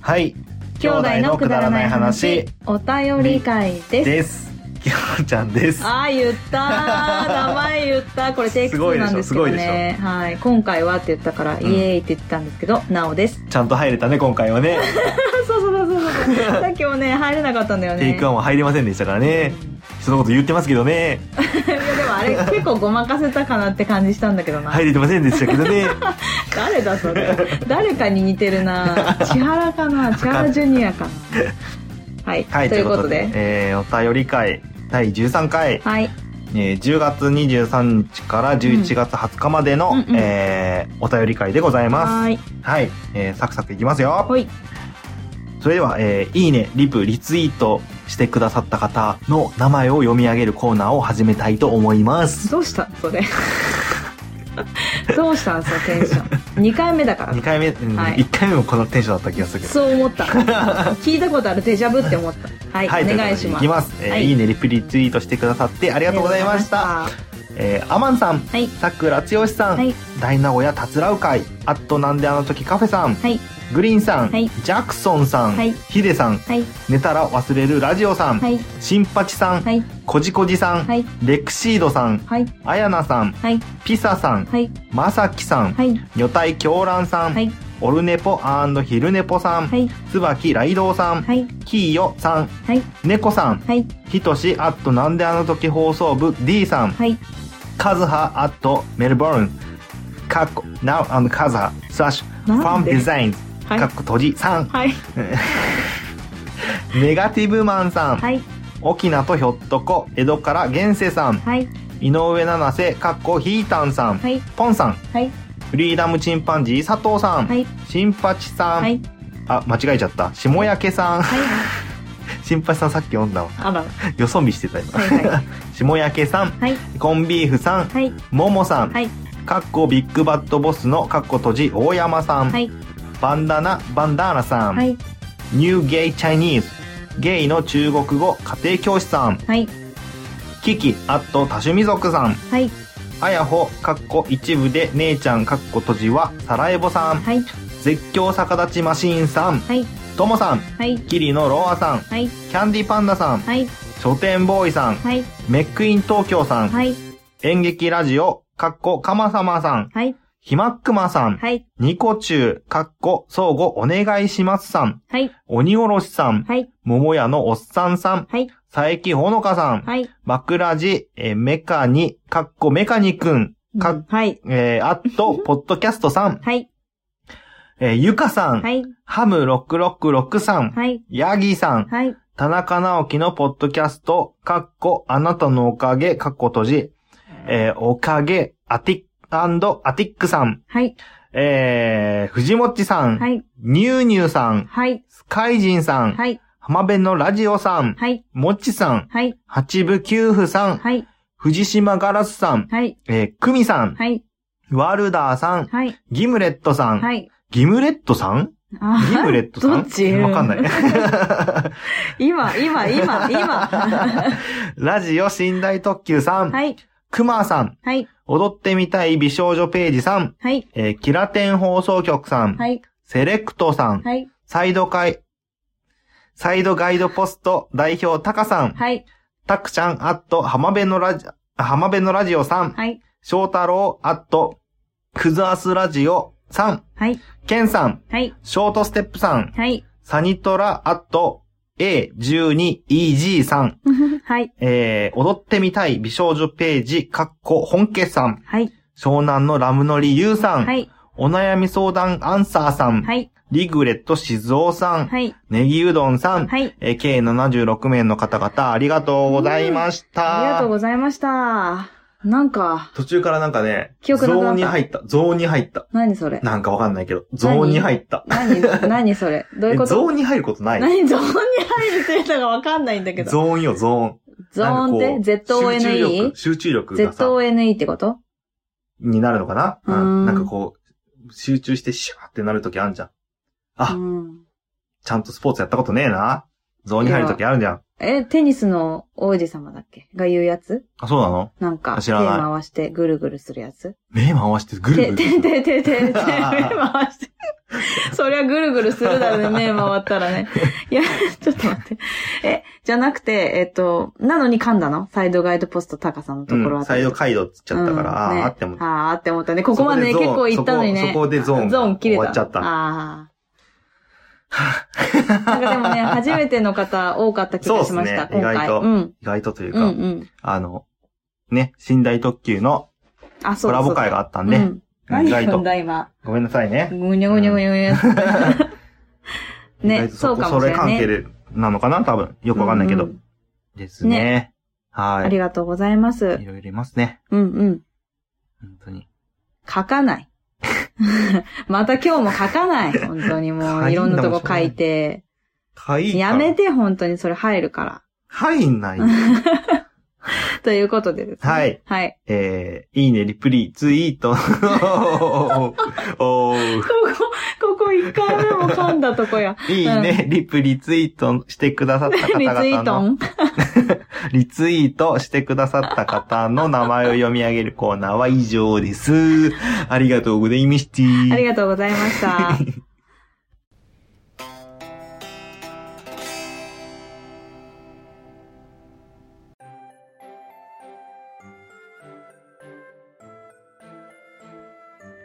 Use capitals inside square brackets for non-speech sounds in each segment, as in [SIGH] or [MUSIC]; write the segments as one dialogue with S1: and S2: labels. S1: はい
S2: 兄弟のくだらない話お便り会です
S1: ですきよちゃんです
S2: ああ言った [LAUGHS] ー名前言ったこれテイク
S1: すごいで
S2: 2
S1: しょ
S2: なんですけど
S1: すごいで
S2: ねはい今回はって言ったから、イエーイって言ってたんですけどなおです
S1: ちゃんと入れたね今回はね
S2: あ [LAUGHS] そうそうそうそうそうさっきもね入れなかったんだよね
S1: テイクワンは入れませんでしたからね人のこと言ってますけど
S2: [LAUGHS]
S1: ね
S2: いやでもあれ結構ごまかせたかなって感じしたんだけどな、
S1: 入れてませんでしたけど
S2: [LAUGHS]
S1: ね
S2: 誰だそ [LAUGHS] れ誰かに似てるな千原かな千原ジュニア [LAUGHS] かなはい、
S1: はい
S2: ということで
S1: えーお便り会第13回、
S2: はい
S1: えー10月23日から11月20日までの、
S2: うんうんうん
S1: えーお便り会でございます
S2: は
S1: はい、
S2: ーい
S1: えーサクサクいきますよ
S2: ほい
S1: それでは、えーいいね、リプ、リツイートしてくださった方の名前を読み上げるコーナーを始めたいと思います。
S2: どうしたそれどうしたんそのテンション2回目だから
S1: 2回目、うん
S2: はい
S1: 1回目もこのテンションだった気がするけど。
S2: そう思った聞いたことあるデジャブって思ったはい、
S1: はい、
S2: お願いし
S1: とうことで
S2: ます
S1: いきます。えー、
S2: はいい
S1: いね、リプ、リツイートしてくださってあり
S2: あ
S1: がとうございました。
S2: りがとう
S1: えー、アマンさん、
S2: ございまし
S1: さくらつよしさ
S2: た
S1: ん、
S2: はい
S1: 大名古屋たつらう会、あっとなんであの時カフェさん、
S2: はい
S1: グリーンさん、
S2: はい
S1: ジャクソンさん、
S2: はい
S1: ヒデさん、
S2: はい
S1: 寝たら忘れるラジオさん、
S2: はい
S1: 新八さん、
S2: はい
S1: こじこじさん、
S2: はい
S1: レクシードさん、
S2: はい
S1: あやなさん、
S2: はい
S1: ピサさん、
S2: はい
S1: まさきさん、
S2: はい
S1: 女体狂乱さん、
S2: はい
S1: オルネポヒルネポさん、
S2: はい
S1: 椿ライドウさん、
S2: はい
S1: キーヨさん、
S2: はい
S1: 猫さん、
S2: はい
S1: ひとしアットなんであの時放送部 D さん、
S2: はい
S1: カズハアットメルボルン、カッコ、ナウアンドカズハ、スラッシュ、ファ
S2: なん
S1: ン
S2: で
S1: デザインズ、
S2: はい
S1: カッコ閉じさん、
S2: はい
S1: ネガティブマンさん、
S2: はい
S1: 沖縄とひょっとこ、江戸から現世さん、
S2: はい
S1: 井上七瀬、カッコヒータンさん、
S2: はい
S1: ポンさん、
S2: はい
S1: フリーダムチンパンジー佐藤さん、
S2: はい
S1: 新八さん、
S2: はい
S1: あ間違えちゃった下焼さん [LAUGHS]
S2: はい
S1: 新八さんさっき読んだわ
S2: あら
S1: よそ見してた今、
S2: はいは
S1: 下焼さん
S2: はい
S1: コンビーフさん
S2: はい
S1: ももさん、
S2: はい
S1: かっこビッグバッドボスのかっこ閉じ大山さん、
S2: はい
S1: バンダナバンダーナさん、
S2: はい
S1: ニューゲイチャイニーズゲイの中国語家庭教師さん
S2: はい
S1: キキあと多趣味族さん
S2: はい
S1: あやほかっこ一部で姉ちゃんかっこ閉じはサラエボさん
S2: はい
S1: 絶叫逆立ちマシーンさん
S2: はい
S1: ともさん
S2: はい
S1: キリのロアさん
S2: はい
S1: キャンディパンダさん
S2: はい
S1: 書店ボーイさん、
S2: はい
S1: メックイン東京さん、
S2: はい
S1: 演劇ラジオ、かっこかまさまさん、
S2: はい
S1: ひまっくまさん、
S2: はい
S1: ニコチュウ、かっこ相互お願いしますさん、
S2: はい
S1: 鬼おろしさん、
S2: はい
S1: 桃屋のおっさんさん、
S2: はい
S1: 佐伯ほのかさん、
S2: はい
S1: 枕地、えーメカニ、かっこメカニくん、かっ、
S2: はい
S1: えーあと、ポッドキャストさん、
S2: はい
S1: えーゆかさん、
S2: はい
S1: ハム666さん、
S2: はい
S1: ヤギさん、
S2: はい
S1: 田中直樹のポッドキャスト、かっこ、あなたのおかげ、かっこ閉じ、えーおかげ、アティック、アンド、アティックさん、
S2: はい
S1: えー、藤もっちさん、
S2: はい
S1: ニューニューさん、
S2: はい
S1: スカイジンさん、
S2: はい
S1: 浜辺のラジオさん、
S2: はい
S1: もっちさん、
S2: はい
S1: 八部九夫さん、
S2: はい
S1: 藤島ガラスさん、
S2: はい
S1: えー、クミさん、
S2: はい
S1: ワルダーさん、
S2: はい
S1: ギムレットさん、
S2: はい
S1: ギムレットさん
S2: あ
S1: ギムレットさん
S2: どっち
S1: わかんない。 [LAUGHS]
S2: 今今今今
S1: ラジオ寝台特急さん、
S2: はい
S1: クマさん、
S2: はい
S1: 踊ってみたい美少女ページさん、
S2: はい
S1: えーキラテン放送局さん、
S2: はい
S1: セレクトさん、
S2: はい
S1: サイド会、サイドガイドポスト代表タカさん、
S2: はい
S1: タクちゃんアット浜辺のラジ、浜辺のラジオさん、
S2: はい
S1: 翔太郎アットクズアスラジオさん、
S2: はい
S1: ケンさん、
S2: はい
S1: ショートステップさん、
S2: はい
S1: サニトラアット A12EG さん、
S2: はい
S1: えー踊ってみたい美少女ページ、かっこ本家さん、
S2: はい
S1: 湘南のラムノリユウさん、
S2: はい
S1: お悩み相談アンサーさん、
S2: はい
S1: リグレット静雄さん、
S2: はい
S1: ネギうどんさん、
S2: はい
S1: えー計76名の方々ありがとうございました。
S2: ありがとうございました。なんか、
S1: 途中からなんかね、
S2: 記憶なくな
S1: ゾー
S2: った
S1: ンに入った、ゾーンに入った。
S2: 何それ
S1: なんかわかんないけど、ゾーンに入った。
S2: 何、何それどういう
S1: え
S2: こ
S1: ゾ
S2: と
S1: ーンに入ることない。
S2: 何ゾーンに入るっていうのがわかんないんだけど。
S1: ゾーンよ、ゾーン。
S2: ゾーンって
S1: ZONE?
S2: ?ZONE?ZONE
S1: 集中力集中力がさ、
S2: ってこと
S1: になるのかなう。
S2: うんん
S1: なんかこう、集中してシャーってなるときあんじゃん。あ
S2: うん
S1: ちゃんとスポーツやったことねえな。ゾーンに入るときあるじゃん。
S2: え、テニスの王子様だっけが言うやつ
S1: あ、そうなの
S2: なんか、
S1: 知
S2: 手
S1: らない
S2: 回してぐるぐるするやつ
S1: 目回してぐる
S2: 手、
S1: ぐる。 [LAUGHS]
S2: 手、手、手、手、手、手、
S1: あ
S2: 回して。そそりゃぐるぐるするだろうね、回った
S1: [LAUGHS]
S2: らね。いや、ちょっと待って。え、じゃなくて、えっと、なのに噛んだのサイドガイドポスト高さのところ
S1: う
S2: あ
S1: ん、
S2: た
S1: サイ
S2: り
S1: ドカイドっつっちゃったから、
S2: うんね
S1: あーあっても。
S2: あーって思ったね。ここまでね
S1: そこ
S2: 結
S1: でゾーン
S2: 構行ったのにね。
S1: そこそこでゾーン
S2: ゾーン切れた。
S1: 終わっちゃった
S2: ああ。なんかでも
S1: [LAUGHS]
S2: ね、初めての方多かった気がしました、
S1: そうっすね
S2: 今回。
S1: 意外と
S2: うん。
S1: 意外とという
S2: う
S1: か、
S2: んうん。
S1: あの、ね、寝台特急の
S2: あ、そ
S1: コ
S2: うだ
S1: ラ
S2: そ
S1: ボ
S2: うだ
S1: 会があったんで、
S2: うん何
S1: 意外
S2: 読ん
S1: と。
S2: だ今。
S1: ごめんなさいね。
S2: ぐにょぐにょぐにょぐにょ。
S1: 意
S2: [LAUGHS]
S1: 外
S2: ね、
S1: と
S2: そう
S1: こ
S2: かもしれ
S1: そ
S2: な
S1: れ
S2: い
S1: 関係
S2: ね。
S1: でなのかな多分。よくわかんないけど。
S2: うんうん
S1: ですね。は
S2: あ
S1: い。
S2: りがとうございます
S1: い。ろいろいますね。
S2: うんうん。
S1: 本当に。
S2: 書
S1: [LAUGHS]
S2: かない。 [LAUGHS] また今日も書かない。本当にもう、いろんなとこ書いて。
S1: かい
S2: やめ。て、本当にそれ入るから。 [LAUGHS]
S1: はいんない。
S2: ということでですね。
S1: はい。
S2: はい。
S1: えー、いいね、リプリ、ツイー
S2: [LAUGHS]
S1: ト。おー
S2: ここ、ここ1回目も噛んだと
S1: [LAUGHS]
S2: こや。
S1: いいね、リプリツイートしてくださった方
S2: リツイ
S1: 々
S2: [LAUGHS] ート
S1: の、
S2: ン
S1: [LAUGHS] リツイートしてくださった方の名前を読み上げるコーナーは以上です。ありがとうございました。
S2: ありがとうございま
S1: [LAUGHS]
S2: した。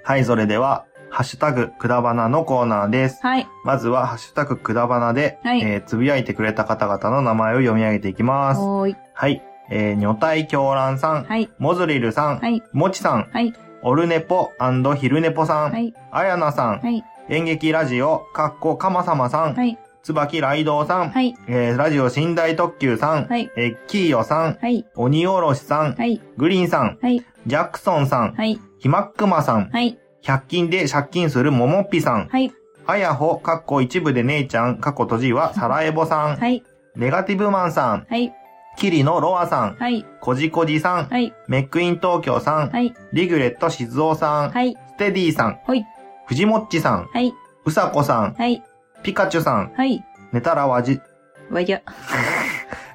S1: はい、それでは、ハッシュタグ、くだばなのコーナーです。
S2: はい。
S1: まずは、ハッシュタグ、くだばなで、
S2: はい
S1: えーつぶやいてくれた方々の名前を読み上げていきます。
S2: おーい。
S1: はい。えー、女体狂乱さん、
S2: はい。
S1: モズリルさん、
S2: はい。
S1: もちさん、
S2: はい。
S1: オルネポヒルネポさん、
S2: はい。
S1: あやなさん、
S2: はい。
S1: 演劇ラジオ、かっこかまさまさん、
S2: はい。
S1: つばきらいどうさん、
S2: はい。
S1: えーラジオ寝台特急さん、
S2: はい。
S1: えーキーヨさん、
S2: はい。
S1: 鬼おろしさん、
S2: はい。
S1: グリーンさん、
S2: はい。
S1: ジャクソンさん、
S2: はい。
S1: ひまっくまさん、
S2: はい。
S1: 100均で借金するももっぴさん、
S2: はい。
S1: あやほ、かっこ一部で姉ちゃん、かっこ閉じはさらえぼさん、
S2: はい。
S1: ネガティブマンさん、
S2: はい。
S1: キリのロアさん、
S2: はい。
S1: こじこじさん、
S2: はい。
S1: メックイン東京さん、
S2: はい。
S1: リグレット静雄さん、
S2: はい。
S1: ステディさん、
S2: ほい。
S1: フジモッチさん、
S2: はい。
S1: うさこさん、
S2: はい。
S1: ピカチュさん、
S2: はい。
S1: 寝たらわじ、
S2: わじゃ。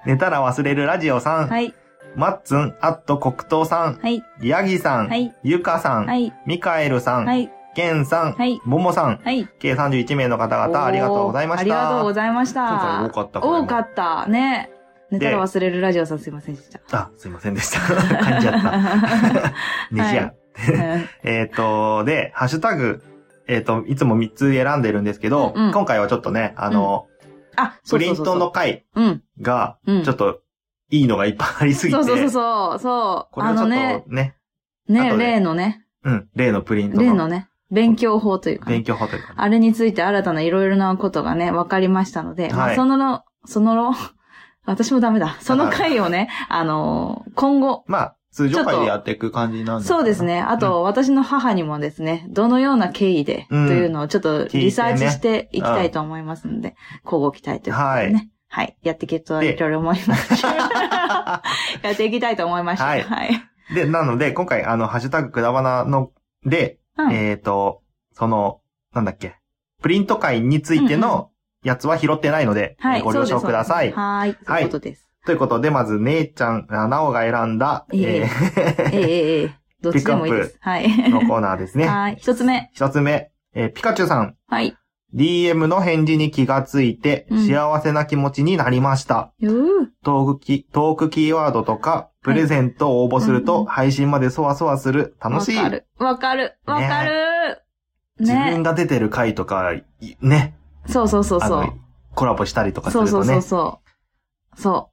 S1: 寝たら忘れるラジオさん、
S2: はい。
S1: マッツン、アット黒糖さん、
S2: はい。
S1: ヤギさん、
S2: はい
S1: ゆかさん、
S2: はい。
S1: ミカエルさん、
S2: はい。
S1: ケンさん、
S2: はい
S1: ももさん、
S2: はい。
S1: 計31名の方々ありがとうございました。
S2: おーありがとうございました。
S1: 今回多かったこれも
S2: 多かった。ね。寝たら忘れるラジオさんすいませんでした。
S1: あ、すいませんでした。噛んじゃ
S2: [LAUGHS]
S1: った。ねじや。
S2: はいうん
S1: えっ、と、で、ハッシュタグ、えっ、と、いつも3つ選んでるんですけど、
S2: うんうん
S1: 今回はちょっとね、あの、
S2: あ、
S1: プ
S2: そうそ
S1: リ
S2: う
S1: ン
S2: そうそう
S1: トの回
S2: うん。
S1: が、
S2: うん
S1: ちょっと、いいのがいっぱいありすぎて、
S2: そうそうそうそう。そう。
S1: これ
S2: あ
S1: をちょっ
S2: の
S1: と
S2: ね
S1: ね、、
S2: ね、
S1: 後で
S2: 例のね、
S1: うん、例のプリント
S2: 例の
S1: の
S2: ね、勉強法というかね、
S1: 勉強法というかね、
S2: あれについて新たないろいろなことがね、分かりましたので、まあ
S1: はい
S2: そのの、そのの、 [LAUGHS] 私もダメだ。その回をね、あのー今後、
S1: まあ、通常
S2: ちょっ
S1: 回
S2: と
S1: でやっていく感じなん
S2: そうです。ね。あと、私の母にもですね、どのような経緯で、と
S1: うん
S2: いうのをちょっと
S1: てね
S2: リサーチしていきたいと思いますので、交互期待ということでね。はい。やっていけるといろいろ思い
S1: [LAUGHS]
S2: ます。やっていきたいと思いました。は。
S1: はいい [LAUGHS] で、なので、今回、あの、ハッシュタグくだばなの、で、
S2: うん
S1: えっ、と、その、なんだっけ、プリント会について
S2: うんう
S1: のやつは拾ってないので、
S2: はい。
S1: えーご了承ください。
S2: はい。そういうことです。
S1: ということで、まず、姉ちゃん、あなおが選んだ、
S2: え
S1: え
S2: えええ
S1: [LAUGHS]
S2: ええ。どっちでもいいです。はい。
S1: ー [LAUGHS] のコーナー
S2: [LAUGHS]
S1: ですね。
S2: はい。一つ目。
S1: 一つ目、えーピカチュウさん、
S2: はい。
S1: DM の返事に気がついて、
S2: うん
S1: 幸せな気持ちになりました。
S2: うー
S1: トークキ、トークキーワードとか、プレゼントを応募する
S2: うんう
S1: と、
S2: ん
S1: 配信までそわそわする。楽しい。
S2: わかる。わかる。わかる。
S1: 自分
S2: ね。
S1: が出てる回とか、いね。
S2: そうそうそう
S1: あ
S2: そ
S1: の
S2: う。
S1: コラボしたりとかす
S2: そ
S1: る
S2: うそ
S1: と
S2: うそう
S1: ね。
S2: そう。そう。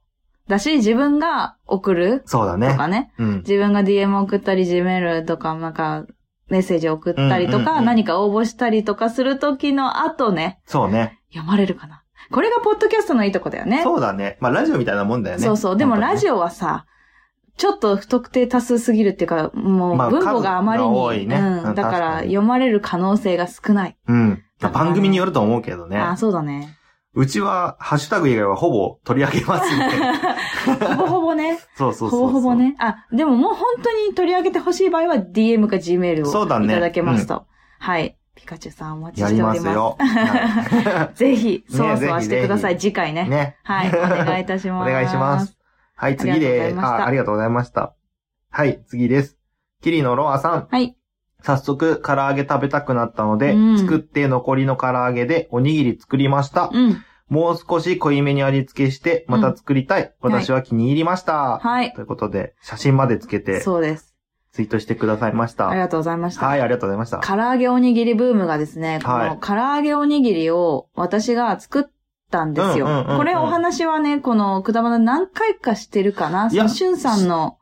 S2: だし、自分が送る
S1: そうだ
S2: と
S1: ね。
S2: かね。
S1: うん。
S2: 自分が DM 送ったり、Gmail とか、なんか、メッセージ送ったりと
S1: うんうん
S2: か、
S1: うん
S2: 何か応募したりとかするときの後ね、
S1: そうね。
S2: 読まれるかな。これがポッドキャストのいいとこだよね。
S1: そうだね。まあ、ラジオみたいなもんだよね。
S2: そうそう。でもラジ
S1: オ、
S2: オはさ、ちょっと不特定多数すぎるっていうか、も
S1: まあ
S2: う文法があまり
S1: 数が多
S2: に、
S1: いね
S2: う。
S1: うんん
S2: だか
S1: 確
S2: ら
S1: かに
S2: 読まれる可能性が少ない。
S1: うん。まあ番組によると思うけどね。
S2: ああ、そうだね。
S1: うちは、ハッシュタグ以外はほぼ取り上げます
S2: [LAUGHS]
S1: ね。
S2: ほぼほぼ
S1: [LAUGHS]
S2: ね。
S1: そうそうそうそ
S2: ほ
S1: う。
S2: ぼほぼ。ね。あ、でももう本当に取り上げてほしい場合は DM か Gmail
S1: そうだ
S2: を
S1: ね
S2: いただけますと。はい。ピカチュウさんお待ち
S1: や
S2: し
S1: り
S2: てお
S1: ま
S2: り
S1: す
S2: ます。
S1: よ。は
S2: ぜひ、
S1: ね
S2: そわそわ
S1: ぜひ
S2: してください。
S1: ぜ
S2: 次回 [LAUGHS]
S1: い
S2: ね。
S1: ね。
S2: はい。お願いいたし
S1: [LAUGHS] お
S2: ます。
S1: 願いします。。はい、次
S2: ありがと
S1: で
S2: うございました
S1: あ、ありがとうございました。はい、次です。キリノロアさん、
S2: はい。
S1: 早速、唐揚げ食べたくなったので、
S2: うん
S1: 作って残りの唐揚げでおにぎり作りました。
S2: うん。
S1: もう少し濃いめに味付けして、また作りたい。私は気に入りました。
S2: はい。
S1: ということで、写真までつけて、
S2: そうです。
S1: ツイートしてくださいまし
S2: あり
S1: た。
S2: がとうございました。
S1: はい、ありがとうございました。
S2: 唐揚げおにぎりブームがですね、こ
S1: はい
S2: の唐揚げおにぎりを私が作ったんですよ。
S1: うんうんうんうん
S2: これお話はね、このくだばな何回かしてるかな。
S1: いや
S2: そのしゅんさんの、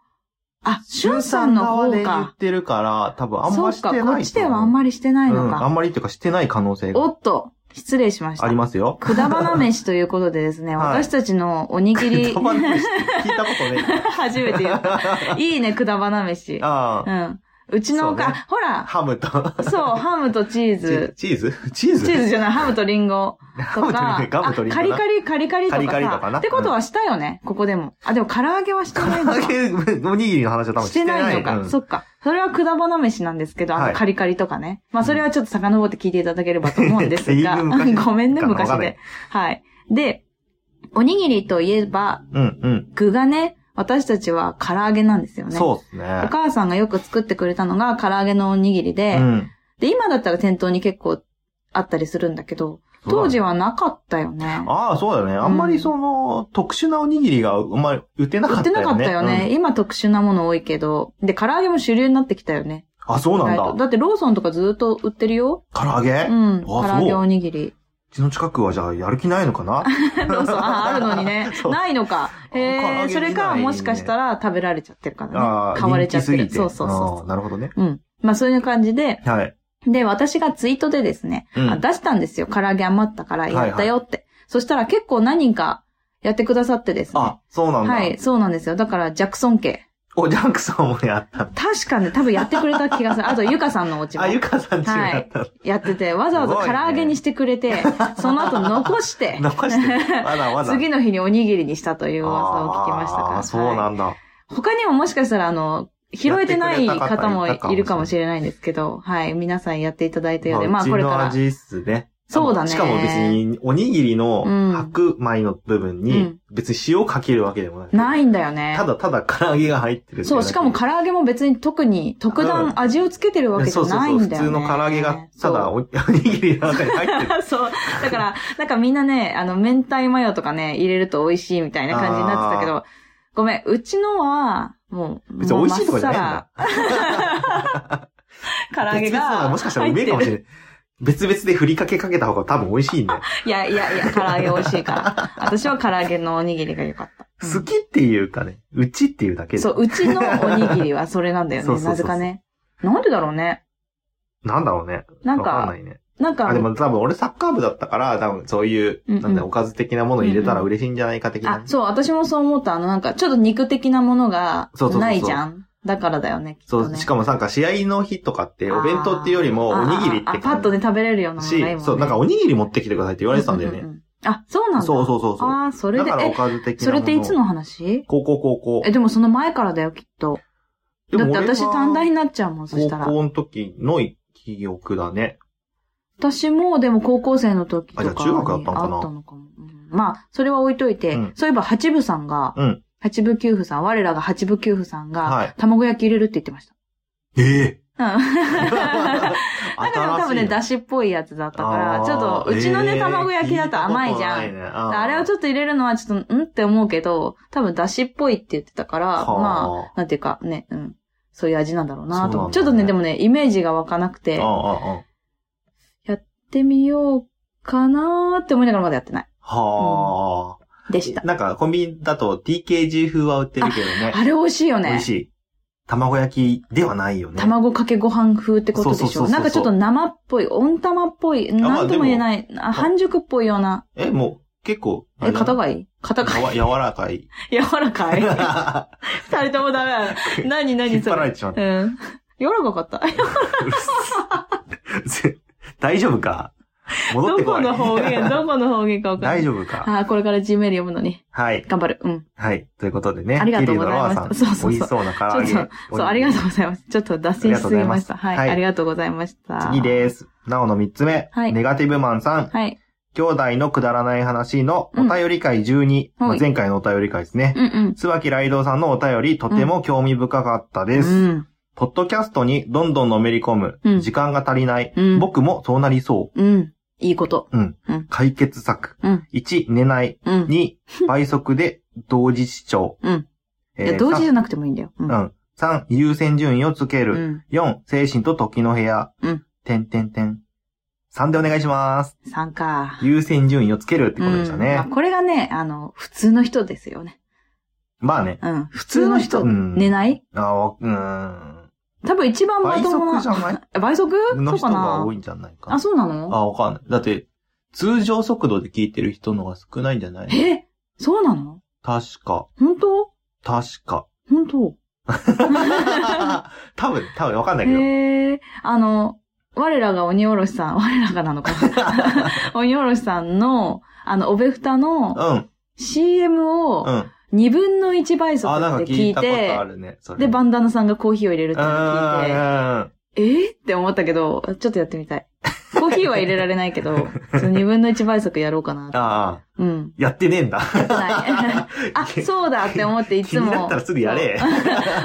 S2: あ、しゅんさんの
S1: 側
S2: 方
S1: で言
S2: か
S1: っ。てるから、多分あん
S2: そ
S1: ま
S2: う
S1: して
S2: か、
S1: ないと思
S2: こ
S1: う。
S2: っちではあんまりしてないの
S1: うん、あ
S2: か。
S1: んまりっていうかしてない可能性が
S2: おっと、失礼しました。
S1: ありますよ。
S2: くだばな飯ということでですね、
S1: はい
S2: 私たちの
S1: [LAUGHS]
S2: おにぎり
S1: くだ、ばな飯って聞いたことね。
S2: [LAUGHS] 初めて言った。いいね、くだばな飯。
S1: あ
S2: う
S1: あ、
S2: ん。うちのおか、
S1: そう
S2: あ
S1: ね
S2: ほら、
S1: ハムと、
S2: そう、ハムとチーズ。
S1: チチーズチーズ
S2: チーズじゃない、ハムとリンゴと
S1: ハムと
S2: か。
S1: リンゴガムとリンゴ
S2: あカリ
S1: な
S2: カリ、カリカリと
S1: カ
S2: かさ。
S1: リカリとかな
S2: ってことはしたよね、ここでも。あ、でも唐揚げはしてないのか。
S1: 唐揚げおにぎりの話は多分
S2: し
S1: してて
S2: な
S1: ないい。
S2: のか。
S1: うん
S2: そっか。それはくだばな飯なんですけど、あ
S1: は
S2: の、
S1: い
S2: カリカリとかね。まあ、それはちょっと遡って聞いていただければと思うんです
S1: だ [LAUGHS] い
S2: が
S1: ぶ昔。
S2: [LAUGHS] ごめんね、
S1: かなわ
S2: 昔
S1: かんない
S2: で。はい。で、おにぎりといえば、
S1: うん、うん。
S2: 具がね、私たちは唐揚げなんですよね。
S1: そうです
S2: お
S1: ね。
S2: 母さんがよく作ってくれたのが唐揚げのおにぎりで、
S1: うん。
S2: で、今だったら店頭に結構あったりするんだけど、当時はなかったよね。
S1: ああ、そうだよね。あんまりその、特殊なおにぎりがあんまり売ってな
S2: 売
S1: か
S2: っ
S1: った
S2: て
S1: よね。
S2: なかったよね。今特殊なもの多いけど、で、唐揚げも主流になってきたよね。
S1: うん。あ、そうなん
S2: 意外と
S1: だ。
S2: だってローソンとかずっと売ってるよ。
S1: 唐揚げ
S2: う。
S1: うん
S2: 唐
S1: そう
S2: 揚げおにぎ [LAUGHS] り。
S1: ちの近くはじゃあやる気ないのか
S2: [LAUGHS]
S1: な。
S2: ローソン、あ、あるのにね
S1: [LAUGHS] そう
S2: ないのか。へ
S1: 唐揚げ
S2: え、
S1: 見
S2: それか、
S1: ないね
S2: もしかしたら食べられちゃってるから
S1: あ
S2: ね。
S1: あ、
S2: 買われちゃって
S1: 人
S2: る。
S1: 気すぎて
S2: そうそう
S1: あ
S2: そ
S1: あなるほどね。
S2: う。うん。まあそういう感じで、
S1: はい。
S2: で、私がツイートでですね、
S1: うん
S2: あ出したんですよ。唐揚げ余ったから
S1: はいはい
S2: やったよって。そしたら結構何人かやってくださってですね
S1: あ。、そうなんだ。
S2: はい、そうなんですよ。だから、ジャクソン家。
S1: お、ジャンクさんもやった。
S2: 確かね、多分やってくれた
S1: [LAUGHS]
S2: 気がする。あと、ゆかさんのお家も
S1: あ、ゆかさんちもやった。
S2: やってて、わざわざ
S1: すごい
S2: 唐
S1: ね
S2: 揚げにしてくれて、
S1: [LAUGHS]
S2: その後残して、
S1: 残して、わざわざ。
S2: [LAUGHS] 次の日におにぎりにしたという噂を聞きましたから。
S1: あーそうな
S2: はい
S1: んだ。
S2: 他にももしかしたら、あの、拾えてない
S1: やってくれた
S2: 方
S1: 方
S2: も
S1: もいたかもしれない
S2: いるかもしれないんですけど、はい、皆さんやっていただいたようで、
S1: ま
S2: ま
S1: あう
S2: あ
S1: ち
S2: これか
S1: の
S2: ら。
S1: 味っすね。
S2: そうだね
S1: しかも別に、おにぎりの
S2: うん
S1: 白米の部分
S2: う
S1: に
S2: ん、
S1: 別に塩かけるわけでもない。
S2: ないんだよね。
S1: ただただ唐揚げが入ってる。
S2: そう、しかも唐揚げも別に特に特段味をつけてるわけじゃないんだ
S1: そうそ
S2: よね。
S1: うそう。普通の唐揚げ
S2: [LAUGHS]
S1: が、ただお [LAUGHS] おにぎりの中に入ってる。
S2: そう。そう。だから、なんかみんなね、あの、明太マヨとかね、入れると美味しいみたいな感じになってたけど、ごめん、うちのは、もう、
S1: 別に美味しいとかじゃないんだ。
S2: まっさら唐揚げ
S1: 別々の方
S2: が。
S1: もしかしたらうめえかもしれ
S2: ない。
S1: ない。別々でふりかけかけた方が多分美味しいんだよ。
S2: いやいやいや、唐揚げ美味し
S1: [LAUGHS]
S2: いから。私は唐揚げのおにぎりが良かった。うん
S1: 好きっていうかね、うちっていうだけで。
S2: そう、うちのおにぎりはそれなんだよ
S1: [LAUGHS] そうそ
S2: ね、
S1: うそう
S2: なぜかね。なんでだろうね。
S1: なんだろうね。
S2: なんか
S1: わかんないね。
S2: なんか、
S1: あ、でも多分俺サッカー部だったから、多分そういう、
S2: うんうん
S1: なんだ、おかず的なもの入れたら嬉しいんじゃないか的な。
S2: あ、そう、私もそう思った。あの、なんか、ちょっと肉的なものが
S1: そうそうそうそう
S2: ないじゃん。だからだよね。きっ
S1: そ
S2: と
S1: う、
S2: ね、
S1: しかもなんか試合の日とかって、
S2: あー
S1: お弁当っていうよりもおにぎりって
S2: あああ
S1: 感じ。
S2: パッとね、食べれるようなものがいいもん、
S1: し、
S2: ね、
S1: そう、なんかおにぎり持ってきてくださいって言われてたんだよ
S2: うう
S1: ね。
S2: うあ、そうなんだ。
S1: そうそうそうそう。
S2: ああ、それ
S1: だ
S2: で
S1: か、らお
S2: え、
S1: かず的な
S2: そ
S1: もの。
S2: れっていつの話
S1: 高校高校
S2: え、。でもその前からだよ、きっと。だって私短大に
S1: な
S2: なっちゃうもん、そしたら
S1: 高。校の時の記憶だね。
S2: 私も、でも高校生の時とかに
S1: あじゃあ中学だったのかな
S2: あったのかも。うんまあ、それは置いといて、
S1: うん
S2: そういえば八部さんが、
S1: うん
S2: 八部九夫さん、我らが八部九夫さんが、
S1: はい
S2: 卵焼き入れるって言ってました。
S1: ええ [LAUGHS]
S2: うん。だ
S1: だ
S2: から多分ね、だしっぽいやつだったから、ちょっと、うちのね、卵焼きだと甘いじゃん。あれをち
S1: ょっ
S2: ょっと入れるのはちょっと、んって思うけど、多分だしっぽいって言ってたから、
S1: はあ
S2: まあ、なんていうかね、うん。そういう味なんだろうなと思う
S1: そ
S2: ちょ
S1: う
S2: っ
S1: な
S2: と
S1: んだね
S2: ね、でもね、イメージが湧かなくて、
S1: あ
S2: や
S1: あああああ
S2: ってみようかなーって思いながらまだやってない。
S1: はあ、
S2: でした。
S1: なんかコンビニだと TKG 風は売ってるけどね。
S2: あれ美味しいよ
S1: 美
S2: ね
S1: 味し。い。卵焼きではないよね。
S2: 卵かけご飯風ってことでし
S1: そうそうそうそ
S2: ょ。
S1: う
S2: なんかちょっと生っぽい、温玉っぽい、
S1: まあ
S2: なんとも言えない、あ半熟っぽいような。
S1: え、もう、結構。あ
S2: え、
S1: れだ
S2: 肩がいい肩がいい
S1: やわ柔らかい。
S2: [LAUGHS] 柔
S1: [LAUGHS]
S2: らかい
S1: 引っ
S2: 二人ともダメだ。何何そ
S1: 張
S2: れ。
S1: られてしまった。 [LAUGHS]
S2: うん。柔らかかった。
S1: うっす大丈夫か戻っ
S2: ど
S1: てこ
S2: こ
S1: い。
S2: の方
S1: [LAUGHS]
S2: 言、どこの方言かわかんない。
S1: 大丈夫か
S2: ああ、これから G メール読むのに。
S1: はい。
S2: 頑張る。うん。
S1: はい。ということでね。
S2: ありがとうございました
S1: キリのロアさん
S2: そうそうそう
S1: 美味しそうな唐揚げ。
S2: ちょっ
S1: お
S2: そう、ありがとうございます。ちょっと脱線しすぎまし
S1: ありがとう
S2: た。
S1: ございます
S2: はい、
S1: はい
S2: ありがとうございました。
S1: 次です。なおの三つ目。
S2: はい
S1: ネガティブマンさん。
S2: はい。
S1: 兄弟のくだらない話のお便り会12。
S2: うん
S1: ま
S2: は
S1: あ
S2: い
S1: 前回のお便り会ですね
S2: う。んうん。
S1: 椿ライドウさんのお便り、とても興味深かったです。
S2: うん。
S1: ポッドキャストにどんどんのめり込む
S2: うん。
S1: 時間が足りない。
S2: うん
S1: 僕もそうなりそ
S2: うん。いいこと。
S1: う。うん。
S2: うん
S1: 解決策。
S2: うん
S1: 1、寝ない。
S2: うん。
S1: 2、倍速で同時視聴。
S2: うん。
S1: え
S2: いや、
S1: ー
S2: 同時じゃ
S1: さ
S2: なくてもいいんだよ。う。
S1: うんん。3、優先順位をつけ
S2: う
S1: る。
S2: ん。
S1: 4、精神と時の部屋。
S2: うん。
S1: てんてんてん。3でお願いします。
S2: 3か。
S1: 優先順位をつけるってことでした
S2: うんまあ
S1: ね。
S2: これがね、あの、普通の人ですよね。
S1: まあね。
S2: うん。普
S1: 通の人うん
S2: 寝ない
S1: あわうーん。
S2: 多分一番ま
S1: 倍
S2: とも
S1: 速じ
S2: な。
S1: ゃない
S2: 倍速 [LAUGHS] そ
S1: の
S2: う
S1: 人
S2: か
S1: が
S2: な
S1: 多いんじゃないか。
S2: あ、そうなの
S1: あ、わかんない。だって、通常速度で聞いてる人のが少ないんじゃない
S2: えそうなの
S1: 確か、
S2: 本当
S1: 確
S2: [LAUGHS]
S1: か。
S2: 本当
S1: 多分、多分わかんないけど。
S2: へえ、あの、我らが鬼おろしさん、 [LAUGHS] 我らがなのかな [LAUGHS] 鬼おろしさんの、あの、オベフタの
S1: うん、
S2: CM
S1: う
S2: を
S1: ん。あ、
S2: 2分の1倍速
S1: なんか
S2: で聞
S1: 聞
S2: い
S1: いたこと
S2: て
S1: あ、るね。それ
S2: で、バンダナさんがコーヒーを入れるっていうのを聞いて、
S1: うん
S2: えーって思ったけど、ちょっとやってみたい。コーヒーは入れられないけど、その2分の1倍速やろうかな
S1: あ。あ、 [LAUGHS]
S2: うん。
S1: やってねえんだ。
S2: ないあ、そうだって思っていつ
S1: [LAUGHS] 気にな
S2: も
S1: った、らすぐやれ。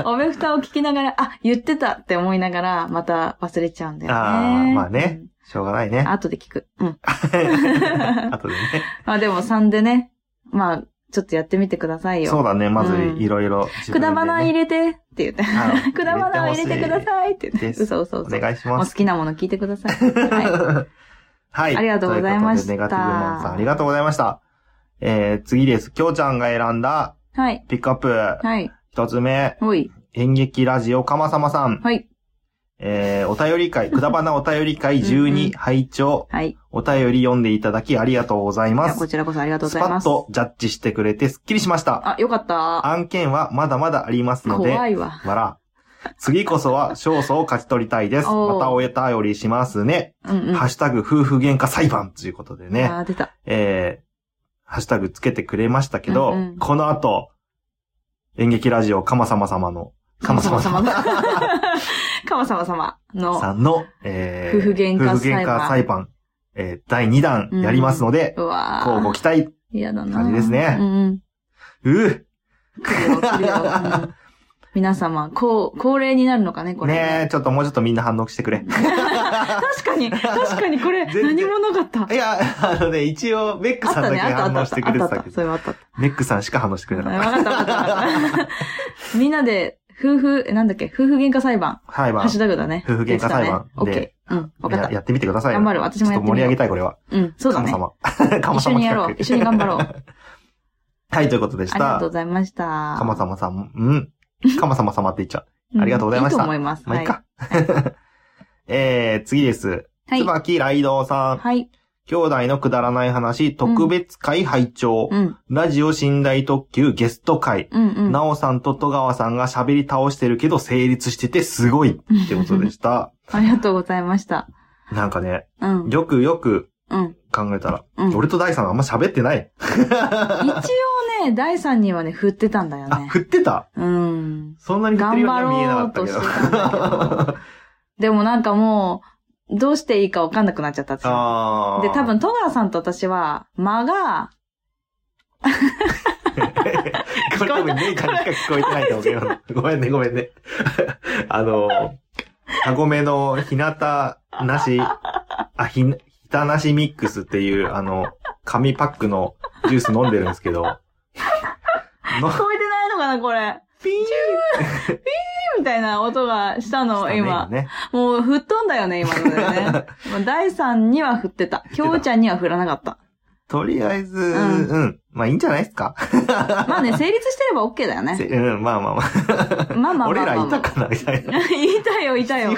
S2: おべふたを聞きながら、あ、言ってたって思いながら、また忘れちゃうんだよね。
S1: あーまあねしょうがない
S2: うん。
S1: ね。
S2: 後で聞く。うん。
S1: [LAUGHS] あとでね。
S2: まあでも3でね、まあ、ちょっとやってみてくださいよ。
S1: そうだね。まず
S2: うん
S1: いろいろ。
S2: くだばな入
S1: れ、
S2: れてって言って。 [LAUGHS]
S1: はい
S2: くだばなを入れてくださいって言
S1: で
S2: って。
S1: す
S2: 嘘嘘
S1: お
S2: 嘘。
S1: 願いし
S2: お
S1: ま
S2: 好
S1: す。
S2: きなもの聞いてください。は
S1: [LAUGHS] はい。
S2: ありがとうございました
S1: とうことでネガティブマンさん、ありがとうございました。えー、次です。きょうちゃんが選んだ
S2: い。はい。
S1: ピックアップ。
S2: はい。
S1: 一つ目、
S2: おい。
S1: 演劇ラジオかまさまさん。
S2: はい。
S1: えー、お便り会、くだばなお便り会
S2: うんうん
S1: 12、拝聴
S2: はい。い
S1: お便り読んでいただきありがとうございま
S2: や
S1: す
S2: こ。ちらこそありがとうご
S1: ス
S2: ざい
S1: パ
S2: ま
S1: ッ
S2: す。
S1: とジャッジしてくれてスッキリしました。
S2: あ、よかった。
S1: 案件はまだまだありますので、
S2: 怖いわ。
S1: わら。次こそは勝訴を勝ち取りたいです。
S2: お
S1: ま
S2: う
S1: たお便りしますね。
S2: うんうん。
S1: ハッシュタグ夫婦喧嘩裁判ということでね。
S2: あー出た。
S1: えー、ハッシュタグつけてくれましたけど、
S2: うんうん
S1: この後、演劇ラジオかまさま様の、かまさま様
S2: かまさま様。
S1: [LAUGHS]
S2: かまさま様の。
S1: さんの、えー
S2: 夫婦喧嘩裁判
S1: 夫婦喧嘩裁判、えー第2弾やりますので、
S2: うわ
S1: こうご
S2: ぁ。
S1: 期待。
S2: 嫌だな
S1: 感じですね
S2: うんうん。
S1: うう
S2: 来るよ、来るよ。
S1: [LAUGHS]
S2: うん皆様、こう、恒例になるのかね、これ。
S1: ねえ、ちょっともうちょっとみんな反応して
S2: [LAUGHS]
S1: くれ。
S2: 確かに、確かにこれ、
S1: 全然
S2: 何もなかった
S1: い。や、あのね、一応、メック
S2: あっ
S1: さん
S2: た
S1: だけ
S2: ね、あった
S1: 反
S2: あ
S1: 応
S2: っ。
S1: したて
S2: あ
S1: くれ
S2: った
S1: て
S2: あ
S1: た
S2: っ
S1: けど
S2: た。そ、れはあったあっ
S1: メックさんしか反応してくれ
S2: た。
S1: な
S2: わ
S1: かっ
S2: かったわかったわか
S1: [LAUGHS]
S2: った。みんなで、夫婦、えなんだっけ、夫婦喧嘩裁判。
S1: た。裁
S2: ハ
S1: 判
S2: ッシュタグだね。
S1: 夫婦喧嘩裁判
S2: 言ってた
S1: で
S2: ねオッケー。うん、わかっ
S1: や、
S2: た。
S1: やってみてくださいよ。
S2: 頑張る私もや
S1: ちょっ
S2: ってみよう
S1: と盛り上げたい、これは。
S2: うん、そうだね。
S1: カマ様。カ [LAUGHS] マ
S2: 一緒
S1: 様
S2: にやろう。
S1: 企
S2: 一緒に頑張ろ [LAUGHS] う。あ
S1: 画はい、ということでし
S2: りが
S1: た
S2: とう。ございました。
S1: カマ様さん、
S2: [LAUGHS]
S1: うん。カマ様様って言っちゃう。ありがとうございました。
S2: んいいと思います。
S1: まあ、いいか。 [LAUGHS] えー、次です。
S2: はい。はい。
S1: 椿ライドウさん。
S2: はい。
S1: 兄弟のくだらない話、特別会拝聴、
S2: うん。
S1: ラジオ寝台特急ゲスト会。
S2: うんうん。
S1: なおさんと戸川さんが喋り倒してるけど成立しててすごいってことで
S2: [LAUGHS]
S1: した。
S2: ありがとうございました。
S1: なんかね、
S2: うん。
S1: よくよく
S2: [LAUGHS] うん。
S1: 考えたら、
S2: うん。
S1: 俺と大さんあんま喋ってない。
S2: 一応ね、第三にはね、振ってたんだよ
S1: あ、
S2: ね。
S1: 振ってた
S2: うん。
S1: そんなに振ってるようには見えなかったけ
S2: 頑張ろうとしてたんだ
S1: ど。
S2: でもなんかもう、どうしていいかわかんなくなっちゃったんです
S1: [LAUGHS]
S2: よ。
S1: あー
S2: で、多分、。戸川さんと私は、間が、
S1: これ多分、メーカーにしか聞こえてないと思うけ
S2: [LAUGHS]
S1: ど。ごめんね、ごめんね。 [LAUGHS] あの、カゴメの日向なし、あ、ひ、ひたなしミックスっていう、あの、紙パックのジュース飲んでるんですけど、の
S2: 聞こえてないのかな、これ。 [LAUGHS]
S1: ピーン
S2: みたいな音がしたの、今。
S1: ね。
S2: もう、吹っ飛んだよね、今
S1: [LAUGHS]
S2: のでね。まあ第三には振ってた。きょうちゃんには振らなかった。
S1: とりあえず、うんん、まあいいんじゃないですか。
S2: まあね、成立してれば OK だよ
S1: [LAUGHS] せ
S2: ね。
S1: うん、まあまあまあ。
S2: まあまあまあまあ
S1: 俺らいたかなみたいな。
S2: [LAUGHS] いたよ、いたよ。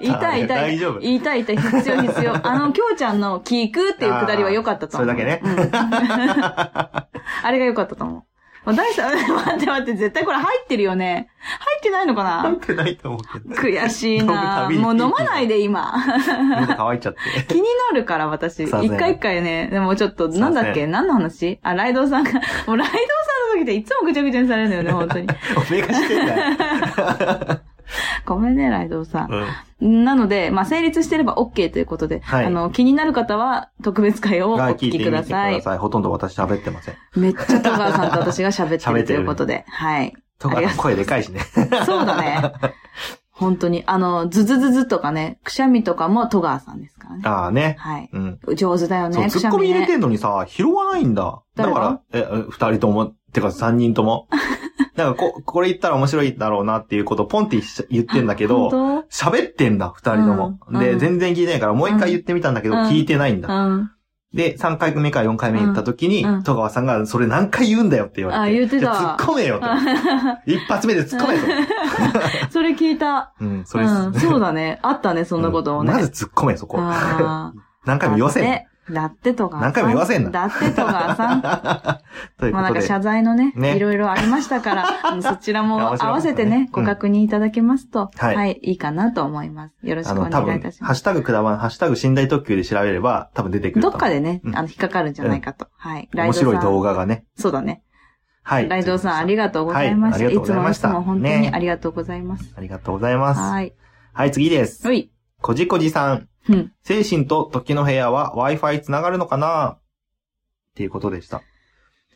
S2: いた、いた。
S1: 大
S2: い
S1: 丈夫。
S2: た、いた、必要、
S1: [LAUGHS]
S2: 必要。あの、きょうちゃんの聞くっていうくだりは良かったと思う。
S1: あーそれだけ
S2: ね。あれが良かったと思う。もう第三、 [LAUGHS] 待って待って、絶対これ入ってるよね。入ってないのか
S1: 飲 [LAUGHS]
S2: なん
S1: で [LAUGHS] ないと思うけど。
S2: 悔しいな
S1: 飲むたびに
S2: もう飲まないで今。
S1: 喉乾いちゃって。
S2: 気になるから私。
S1: すいません
S2: 一回一回ね。でもちょっと、なんだっ
S1: すいませ
S2: け何の話あ、ライドウさんが、 [LAUGHS] もうライドウさんの時でいつもぐちゃぐちゃにされるの
S1: [LAUGHS]
S2: よね、本当に。
S1: おめがしてんだよ。
S2: ごめんね、ライドウさん。
S1: うん
S2: なので、まあ、成立してれば OK ということで、
S1: はい
S2: あの、気になる方は特別会をお
S1: が
S2: 聞
S1: 聞いて
S2: き
S1: み
S2: く
S1: て
S2: だ
S1: く
S2: さい。
S1: ださい。ほとんど私喋ってません。
S2: めっちゃ戸川さんと私が喋って
S1: 喋
S2: る
S1: っ
S2: と
S1: てる
S2: いうことで、はい。
S1: と
S2: あ
S1: か
S2: りがとう
S1: 声でかいしね。
S2: そうだね。本当に。あの、ズズズズとかね、くしゃみとかも戸川さんですからね。
S1: ああね。
S2: はい。
S1: うん。
S2: 上手だよ
S1: そう、
S2: ね、く
S1: ツ
S2: しゃ
S1: ッコミ
S2: み
S1: 入れ
S2: ね。
S1: てんのにさ、拾わないんだ。だ
S2: 誰
S1: か
S2: が
S1: ら、え、え二人とも、てか三人と
S2: [LAUGHS]
S1: も。なんかこ、これ言ったら面白いだろうなっていうことをポンって言ってんだけど、
S2: 本
S1: 喋ってんだ、二人とも。
S2: うん
S1: で、
S2: うん
S1: 全然聞いてないから、もう一回言ってみたんだけど、
S2: うん
S1: 聞いてないん
S2: 当
S1: だ。
S2: うん。
S1: で、3回目か4回目行った時に、
S2: うん
S1: 戸川さんが、それ何回言うんだよって言われて。
S2: あ言ってた
S1: じゃあ突っ込めよと。一発目で突っ込めと。
S2: それ聞いた。
S1: うん、それ、
S2: うん。そうだね。あったね、そんなこともね。
S1: まず突っ込め、そこ。
S2: あー
S1: 何回も言わせん
S2: だ
S1: の
S2: っ。てだってとか。
S1: 何回も言わせんな
S2: だってとかさん。
S1: [LAUGHS] という
S2: ま
S1: こ
S2: あなん
S1: と
S2: か
S1: で。
S2: 謝罪のね、
S1: ね
S2: いろいろありましたから、
S1: [LAUGHS]
S2: あのそちらも
S1: いや面白
S2: 合
S1: か
S2: わ
S1: ったね
S2: せてね、
S1: うん
S2: ご確認いただけますと、
S1: は
S2: はいい、い、いかなと思います。よろしく
S1: あ
S2: お
S1: の、多
S2: 願い
S1: 分、
S2: いたし
S1: ハッ
S2: ま
S1: シ
S2: す。
S1: ュタグくだばん、ハッシュタグ寝台特急で調べれば、多分出てくると
S2: ど
S1: 思
S2: っ
S1: う。
S2: かでね、
S1: うん
S2: あの、引っかかるんじゃないかと。はい。ライ
S1: 面
S2: ドさん
S1: 白い動画がね。
S2: そうだね。
S1: はい。
S2: ライドさん、ありがとうございました。
S1: はいありがと
S2: い
S1: うご
S2: つ
S1: ざい
S2: も
S1: ま
S2: い
S1: し
S2: つ
S1: た
S2: も本当
S1: ね
S2: にありがとうございます。
S1: ありがとうございます。
S2: はい。
S1: はい、次です。
S2: ほい。
S1: こじこじさん。
S2: うん。
S1: 精神と時の部屋は Wi-Fi つながるのかなっていうことでした。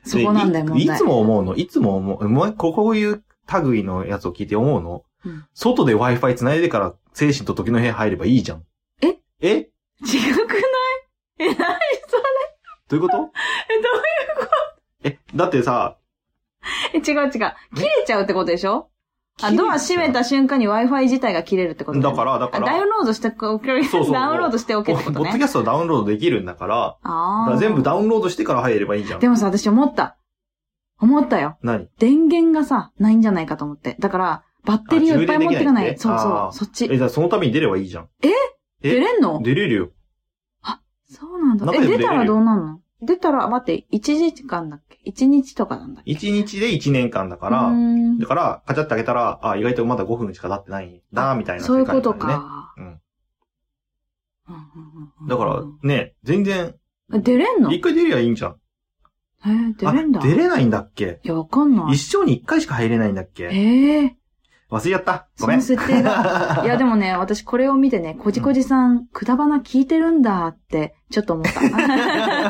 S2: そこなんだよ、
S1: で
S2: 問題。
S1: いいつも思うのいつも思う。もう、ここういう類のやつを聞いて思うの、
S2: うん
S1: 外で Wi-Fi 繋いでから精神と時の部屋入ればいいじゃん。
S2: え
S1: え
S2: 違くないえ、何それ
S1: どういうこと
S2: え、どう
S1: え、だってさ、
S2: え、 [LAUGHS] 違う違う。切れちゃうってことでしょあ、
S1: 切れちゃう
S2: ドア閉めた瞬間に Wi-Fi 自体が切れるってこと
S1: だから、だ
S2: あ
S1: から、
S2: ダウンロードしておける、
S1: そうそう
S2: [LAUGHS] ダウンロードしておけ
S1: ポ
S2: ってこ
S1: ッ
S2: と
S1: ドキ
S2: ね。
S1: ャストをダウンロードできるんだから、だ
S2: あ
S1: か
S2: あ
S1: ら
S2: ー。
S1: 全部ダウンロードしてから入ればいいじゃん
S2: で。もさ、私思った。思ったよ。
S1: 何
S2: 電源がさ、ないんじゃないかと思って。だから、バッテリーをいっぱい持ってかな
S1: あ充電
S2: い。
S1: できな
S2: そ
S1: いんだね
S2: うそ
S1: あー
S2: う、そっ
S1: え、
S2: ち。
S1: じゃあそのために出ればいいじゃん。え
S2: 出れんの
S1: 出れるよ。
S2: そうなんだ。
S1: 中で
S2: え、
S1: も出れ
S2: 出
S1: るよ
S2: たらどうなるの出たら、待って、1時間だっけ ?1 日とかなんだっけ
S1: 1日で1年間だか
S2: うー
S1: ら、
S2: ん
S1: だから、カチャってあげたら、あ、意外とまだ5分しか経ってないんだ、みたいな世
S2: そう
S1: 界
S2: い
S1: 観
S2: うこ
S1: ね
S2: とか。
S1: うん
S2: うんうんうんうん
S1: だから、ね、全然、
S2: 出れんの
S1: 一回出りゃいいんじゃん。
S2: えー、出れんだ。
S1: あ出れないんだっけ
S2: いや、わかんない
S1: 一。生に一回しか入れないんだっけ
S2: ええ
S1: 忘れちゃった。ご
S2: そ
S1: めん
S2: の。設定が。
S1: [LAUGHS]
S2: いや、でもね、私これを見てね、こじこじさん、くだばな聞いてるんだって、ちょっと
S1: [LAUGHS]
S2: 思った。 [LAUGHS]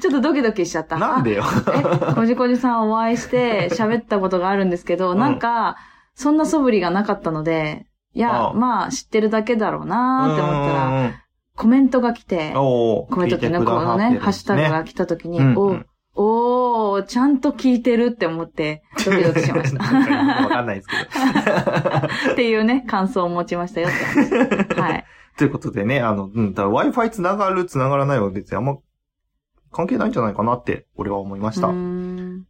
S2: ちょっとドキドキしちゃった。
S1: なんでよ。
S2: あえ、こじこじさんお会いして喋ったことがあるんですけど、
S1: うん
S2: なんか、そんな素振りがなかったので、い
S1: あ
S2: や
S1: あ、
S2: まあ、知ってるだけだろうなーって思ったら、
S1: ら、
S2: コメントが来て、
S1: おー
S2: コメントってね、
S1: 聞い
S2: こ
S1: くださ
S2: の
S1: ってるん
S2: ね、
S1: です
S2: ハッシュタグが来た時に、
S1: うんう
S2: お
S1: ん
S2: おー、ちゃんと聞いてるって思って、ドキドキしまし
S1: [LAUGHS] なんかわ
S2: た。
S1: かんないですけど。
S2: っていうね、感想を持ちました
S1: [LAUGHS]
S2: よって話。はい。
S1: ということでね、あの、うん、だから Wi-Fi 繋がる、繋がらないは別にあんま関係ないんじゃないかなって、俺は思いました
S2: うー。ん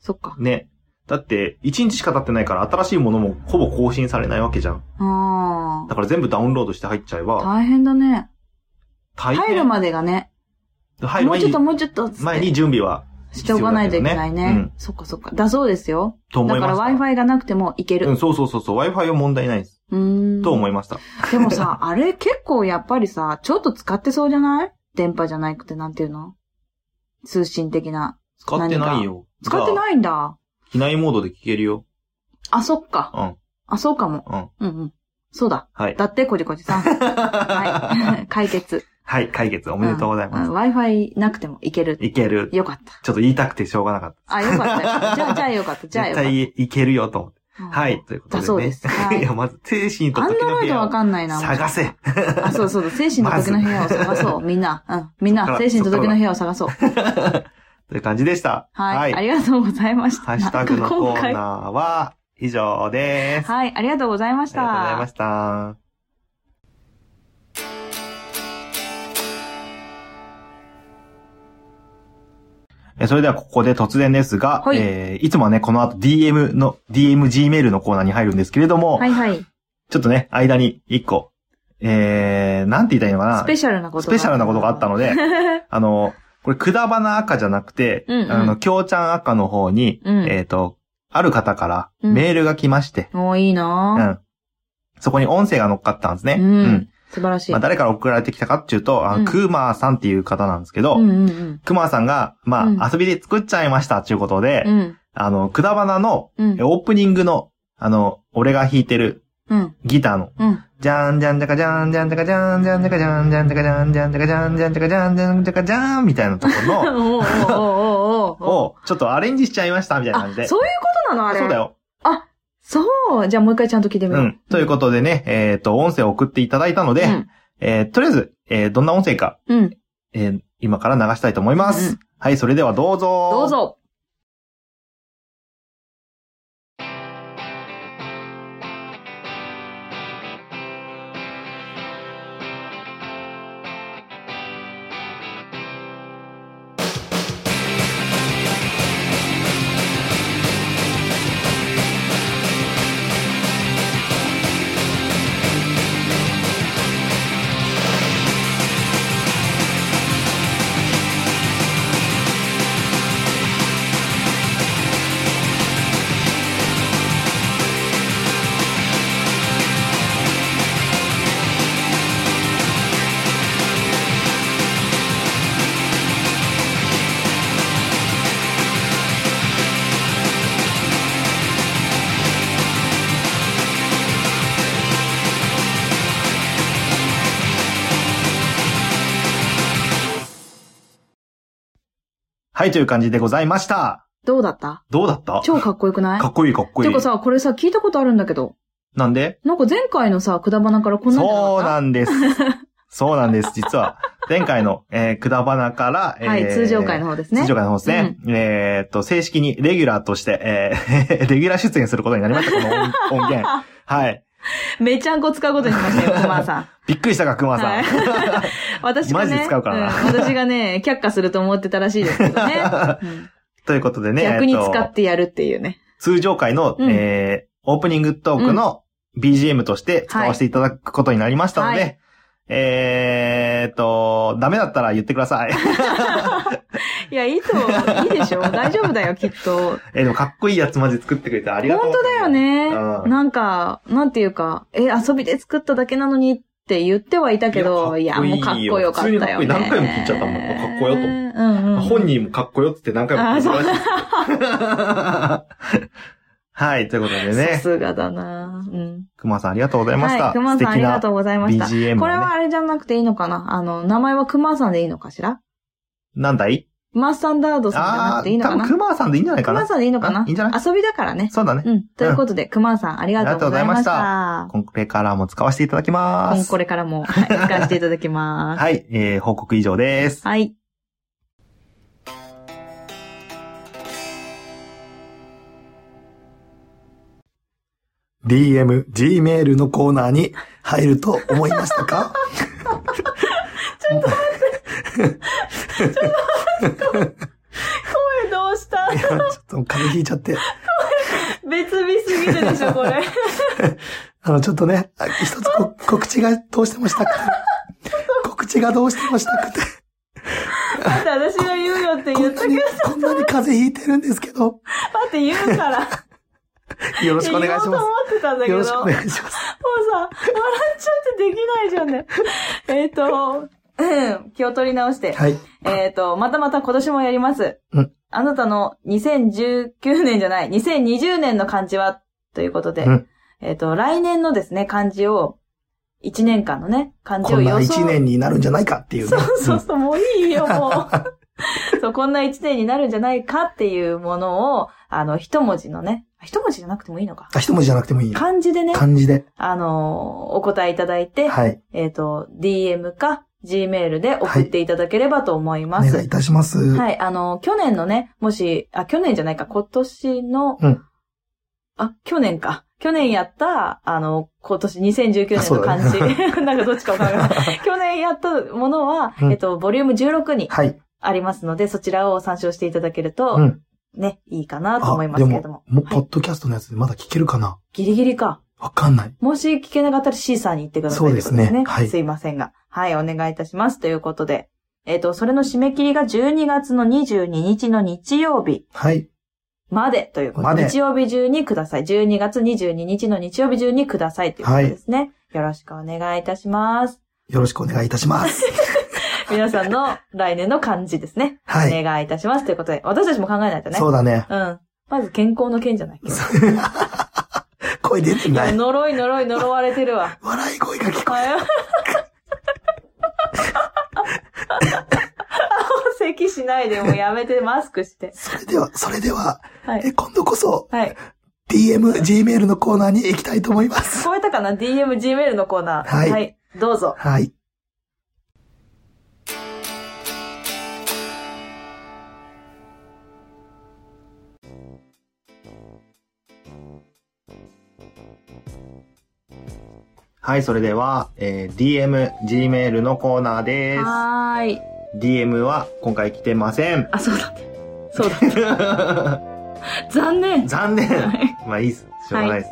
S2: そっか。
S1: ね。だって、1日しか経ってないから新しいものもほぼ更新されないわけじゃん。
S2: あ
S1: だから全部ダウンロードして入っちゃえ
S2: あ。
S1: ば、
S2: 大変だね。
S1: 大変。
S2: 入るまでがね。
S1: 入る
S2: もう
S1: 前
S2: ちょっ
S1: に
S2: と、もうちょっとつって
S1: 前に準備は、
S2: しておかないといけない
S1: 必要だけどね
S2: ね。そっかそっか。だそうですよ。
S1: と思
S2: だか
S1: いまし
S2: ら
S1: た。
S2: Wi-Fi がなくてもいけ
S1: う
S2: る。
S1: ん、そうそうそうそう、Wi-Fi は問題ないです。
S2: うーん。
S1: と思いました。
S2: で
S1: [LAUGHS]
S2: もさ、あれ結構やっぱりさ、ちょっと使ってそうじゃない電波じゃなくてなんていうの通信的な。
S1: 使ってないよ。
S2: 使って
S1: い
S2: ないんだ。
S1: 機内モードで聞けるよ。
S2: あ、そっか。
S1: うん。
S2: あ、そうかも。
S1: うん。
S2: うんうん。そうだ。
S1: はい。
S2: だって、こじこじさん。
S1: は
S2: はい。 [LAUGHS] 解決。
S1: い。 [LAUGHS] 解決おめでとうございます。
S2: うん Wi-Fi なくてもいける。
S1: いける。
S2: よかった。
S1: ちょっと言いたくてしょうがなかっ
S2: あ、よかったよ。じゃあ、じゃあよかった。じゃ
S1: た。絶
S2: あよかった。
S1: 対いけるよと思って。
S2: うん
S1: はい。。ということで、ね。
S2: だそ
S1: [LAUGHS]
S2: うですはい
S1: いや、まず、精神と
S2: アン
S1: 時
S2: ド
S1: の
S2: ロ
S1: 部
S2: イド
S1: 屋
S2: わ
S1: を
S2: かんないな。
S1: 探せ。
S2: あ、そうそうそう。精神と時の部屋を探そう。みんな。うん。みん
S1: そっ
S2: な、
S1: から
S2: 精神と時の部屋を探そう。
S1: [LAUGHS] という感じでした。
S2: はい。あ
S1: ハ
S2: りがとうございました。
S1: ッシュタグのコ
S2: なんか今
S1: ーナ
S2: 回
S1: ーは以上です。あ
S2: はい。ありがとうございまし
S1: りがとうございま
S2: た。
S1: した。えそれではここで突然ですが、
S2: はい
S1: えーいつもはね、この後 DM の、DMG メールのコーナーに入るんですけれども、
S2: はいはい。
S1: ちょっとね、間に一個、えー、なんて言いたらいいのかな
S2: スペシャルなこと
S1: スペシャルなことがあったので、
S2: [LAUGHS]
S1: あの、これ、くだばな赤じゃなくて、
S2: うんうん
S1: あの、きょうちゃん赤の方に、
S2: うん
S1: えっ、と、ある方から
S2: うん
S1: メールが来まして、。
S2: もういいうなん
S1: そこに音声が乗っかったんですね。
S2: ぁうん。素晴らしい。
S1: まあ、誰から送られてきたかっていうと、あ
S2: うん
S1: のクーマーさんっていう方なんですけど、
S2: うんうんうん。
S1: クマーさんが、まあ、
S2: うん
S1: 遊びで作っちゃいましたっていうことで、
S2: うん。
S1: あの、くだばなの
S2: うん。
S1: オープニングの、あの、俺が弾いてる
S2: うん。
S1: ギターの
S2: うん。
S1: じゃんじゃんじゃかじゃんじゃんじゃかじゃんじゃんじゃかじゃんじゃんじゃかじゃんじゃんじゃかじゃんじゃんじゃかじゃんじゃんじゃかじゃんみたいなとこ
S2: お
S1: ろ
S2: うおうおうおうおう
S1: の、を、ちょっとアレンジしちゃいましたみたいな
S2: あ、
S1: 感じで。
S2: そういうことなのあれ。
S1: そうだよ。
S2: あ、そうじゃあもう一回ちゃんと聞いてみ
S1: う
S2: よう。
S1: ん。ということでね、えっ、と、音声を送っていただいたので、
S2: うん
S1: えーとりあえず、えーどんな音声か、
S2: うん。
S1: えー今から流したいと思います。
S2: うん
S1: はい、それではどうぞ。
S2: どう。ぞ。
S1: はい、という感じでございました。
S2: どうだった
S1: どうだった
S2: 超かっこよくない
S1: かっこいいかっこいい。
S2: てかさ、これさ、聞いたことあるんだけど。
S1: なんで
S2: なんか前回のさ、くだばなからこんなんじゃなかっ
S1: そう
S2: た
S1: なん
S2: [LAUGHS]
S1: です。そうなんです。実は、前回の、えー、くだばなから、えー
S2: はい、通常会の方ですね。
S1: 通常会の方ですね。えーっと、正式にレギュラーとして、えー [LAUGHS] レギュラー出演することになりました、この音音
S2: [LAUGHS]
S1: 源。はい。
S2: めちゃんこ使うことにしましたよ、コマさん。
S1: びっくりしたか、熊さん。
S2: 私が
S1: [LAUGHS] マ
S2: ね、
S1: ジで使うからな
S2: うん私がね、却下すると思ってたらしいですけ
S1: [LAUGHS]
S2: どね。うん
S1: [LAUGHS] ということでね、
S2: 逆に
S1: えーっと
S2: 使ってやるっていうね。
S1: 通常回の、
S2: うん
S1: えー、オープニングトークの BGM として使わせていただくことになりましたので、
S2: はい
S1: えーっと、ダメだったら言ってください。 [LAUGHS]
S2: いや、いいと、いいでしょ大丈夫だよ、きっと。
S1: えーでもかっこいいやつマジ作ってくれてありがとう。
S2: 本当だよね。
S1: うん
S2: なんか、なんていうか、え、遊びで作っただけなのにって言ってはいたけど、い
S1: い
S2: や、
S1: や
S2: もうかっこよかったよ
S1: 普通にかっこい
S2: ね。
S1: い何回も聞いちゃったもんかっこよと
S2: うんうん。
S1: 本人もかっこよって言って何回も
S2: あそう
S1: 珍しいです [LAUGHS] はい、ということで
S2: さ
S1: ね、
S2: すがだなうん。
S1: 熊さんありがとうございました。
S2: はい、熊さんありがとうございました。
S1: 素敵な BGM をね
S2: これはあれじゃなくていいのかなあの、名前は熊さんでいいのかしら
S1: なんだい
S2: マスタンダードさんじゃな
S1: あ
S2: くていい
S1: ー、
S2: の
S1: 多
S2: か
S1: 分
S2: な
S1: 熊さんでいいんじゃないか
S2: 熊
S1: な。
S2: さんでいいのかな
S1: あいいんじゃない
S2: 遊びだからね。
S1: そうだね。
S2: うん。ということで、熊さんありがとうございました。
S1: これからも使わせていただきま
S2: 今
S1: す。
S2: これからも、はい、使わせていただきます。
S1: はい、えー、報告以上です。
S2: はい。
S3: DM、Gmail のコーナーに入ると思いました
S2: [LAUGHS]
S3: か
S2: 声どうした
S3: いやちょっと風邪ひいちゃって。
S2: 別日すぎるで
S3: [LAUGHS]
S2: しょ、これ。
S3: あの、ちょっとね、あ一つ
S2: [LAUGHS]
S3: こ告知がどうしてもしたくて。告知がどうしてもしたくて。
S2: 私が言うよって
S3: こんなに、こんなに風邪ひいてるんですけど。
S2: って言うから。よ
S3: よろしくお願いしま
S2: ってたん
S3: す。よろしくお願いします。
S2: もうさ、笑っちゃってできないじゃんね。えっと、うん気を取り直して。
S3: はい。
S2: えっと、またまた今年もやります。
S3: うん
S2: あなたの2019年じゃない、2020年の漢字はということで、
S3: うん
S2: えっと、来年のですね、漢字を、1年間のね、漢字
S3: こ
S2: を
S3: ん
S2: 予
S3: な
S2: 想
S3: 一年になるんじゃないかっていう
S2: そ
S3: ね。
S2: うそうそう、もういいよ、もう。 [LAUGHS] そう、こんな一年になるんじゃないかっていうものを、あの、一文字のね、あ一文字じゃなくてもいいのか。
S3: あ一文字じゃなくてもいい。
S2: 漢字でね、
S3: 漢字で。
S2: あのーお答えいただいて、
S3: はい。
S2: えっ、と、DM か Gmail で送っていただければと思い
S3: お
S2: ます。は
S3: 願いい
S2: い、
S3: たします。
S2: あのー去年のね、もし、あ、去年じゃないか、今年の、
S3: うん
S2: あ、去年か。去年やった、あの、今年2019
S3: あ
S2: 年
S3: そ
S2: の
S3: うだ
S2: 漢
S3: ね
S2: 字。 [LAUGHS] なんかどっちかわからない。 [LAUGHS] 去年やったものは、
S3: うん
S2: えっと、ボリューム16に
S3: はい。
S2: ありますので、そちらを参照していただけると、
S3: うん
S2: ね、いいかなと
S3: あ
S2: 思い、ま
S3: です
S2: けれども
S3: も。、もう、
S2: は
S3: ポ
S2: い、
S3: ッドキャストのやつでまだ聞けるかな
S2: ギリギリか。
S3: わかんない。
S2: もし聞けなかったらシーサーに行ってください。
S3: そうですね
S2: といこと
S3: はい
S2: すいませんが。はい、お願いいたします。ということで。えっ、と、それの締め切りが12月の22日の日曜日
S3: はい。
S2: までということ
S3: ま
S2: で。
S3: で
S2: 日曜日中にください。12月22日の日曜日中にくださいということですね。よろしくお願いいたします。
S3: よろしくお願いいたします。
S2: 皆さんの来年の漢字ですね。
S3: はい。
S2: お願いいたします。ということで、私たちも考えないとね。
S3: そうだ
S2: [LAUGHS]
S3: ね。
S2: うん。まず健康の件じゃない。
S3: 声出てない。
S2: 呪い呪い呪われて
S1: [LAUGHS]
S2: るわ。
S3: 笑い声が聞こ
S2: はい。咳しないでもうやめてマスクして。
S3: え。それでは、それでは、
S2: はい
S3: え今度こそ、
S2: はい。
S4: DM、Gmail のコーナーに行きたいと思います。
S2: 超えたかな ?DM、Gmail のコーナー。
S4: はい
S2: どうぞ。。
S4: はい。
S1: はい、それでは、えー DM、Gmail のコーナーです。
S5: はーい。
S1: DM は今回来てません
S2: あ、そうだね。そうだね。残
S1: [LAUGHS]
S2: 念。
S1: 残念
S2: はい。
S1: まあいいです。しょうがないです。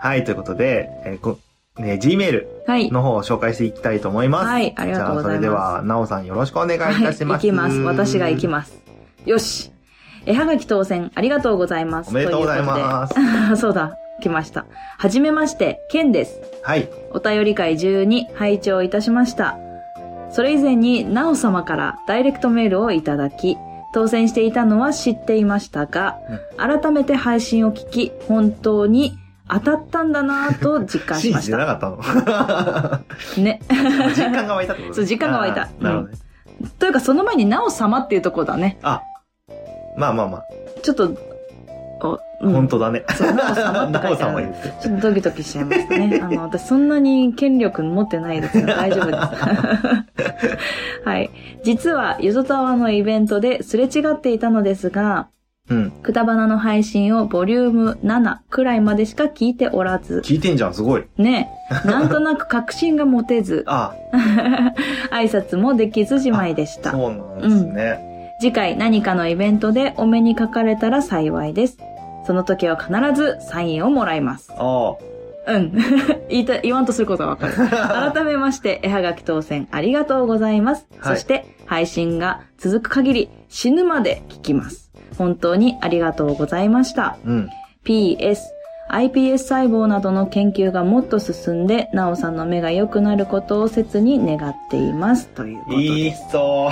S1: はい、ということで、えーこね、Gmail
S2: はい。
S1: の方を紹介していきたいと思います。
S2: はい、ありがとうご
S1: じゃ
S2: ざいます。
S1: あ、それでは、なおさんよろしくお願いいたします。
S2: はい、行きます。私が行き
S1: ま
S2: ます。よし。え、はがき当選、ありがとうございます。
S1: おめでとうございます。
S2: す。そうだ、来ました。はじめまして、ケンです。
S1: [LAUGHS] はい。
S2: お便り会12、拝聴いたしました。それ以前に、なお様からダイレクトメールをいただき、当選していたのは知っていましたが、改めて配信を聞き、本当に当たったんだなぁと実感し
S1: [LAUGHS] 信
S2: ま
S1: じ
S2: して
S1: な
S2: た。
S1: かった
S2: [LAUGHS]
S1: の。
S2: ね。
S1: 実感が湧いたってことね
S2: そう実感が湧いた
S1: あーなるほどね。
S2: というか、その前に、なお様っていうとこだね。
S1: あ、まあまあまあ、
S2: ちょっと、お、うん
S1: 本当だね。
S2: そうなお
S1: [LAUGHS]
S2: 様って
S1: な
S2: 書
S1: お
S2: いて
S1: さん
S2: あ
S1: は
S2: る
S1: 言。ってる。
S2: ちょっとドキドキしちゃいまし
S1: [LAUGHS]
S2: たね。あの、私そんなに権力持ってないですから大丈夫です。 [LAUGHS] はい。実は、ゆずたわのイベントですれ違っていたのですが、
S1: うん。
S2: くだばなの配信をボリューム7くらいまでしか聞いておらず、
S1: 聞いてんじゃん、すごい。、
S2: ね、なんとなく確信が持てず [LAUGHS]
S1: あ、
S2: 挨拶もできずじまいでした。
S1: そうなんですね。
S2: 次回何かのイベントでお目にかかれたら幸いです。その時は必ずサインをもらいます。
S1: あ
S2: うん。 [LAUGHS] 言いた、言わんとすることがわ
S1: [LAUGHS]
S2: かる。改めまして、絵はがき当選ありがとうございます。
S1: はい
S2: そして、配信が続く限り死ぬまで聞きます。本当にありがとうございました。
S1: あ、うん。
S2: PS、iPS 細胞などの研究がもっと進んで、なおさんの目が良くなることを切に願っています。ということで。
S1: いい人。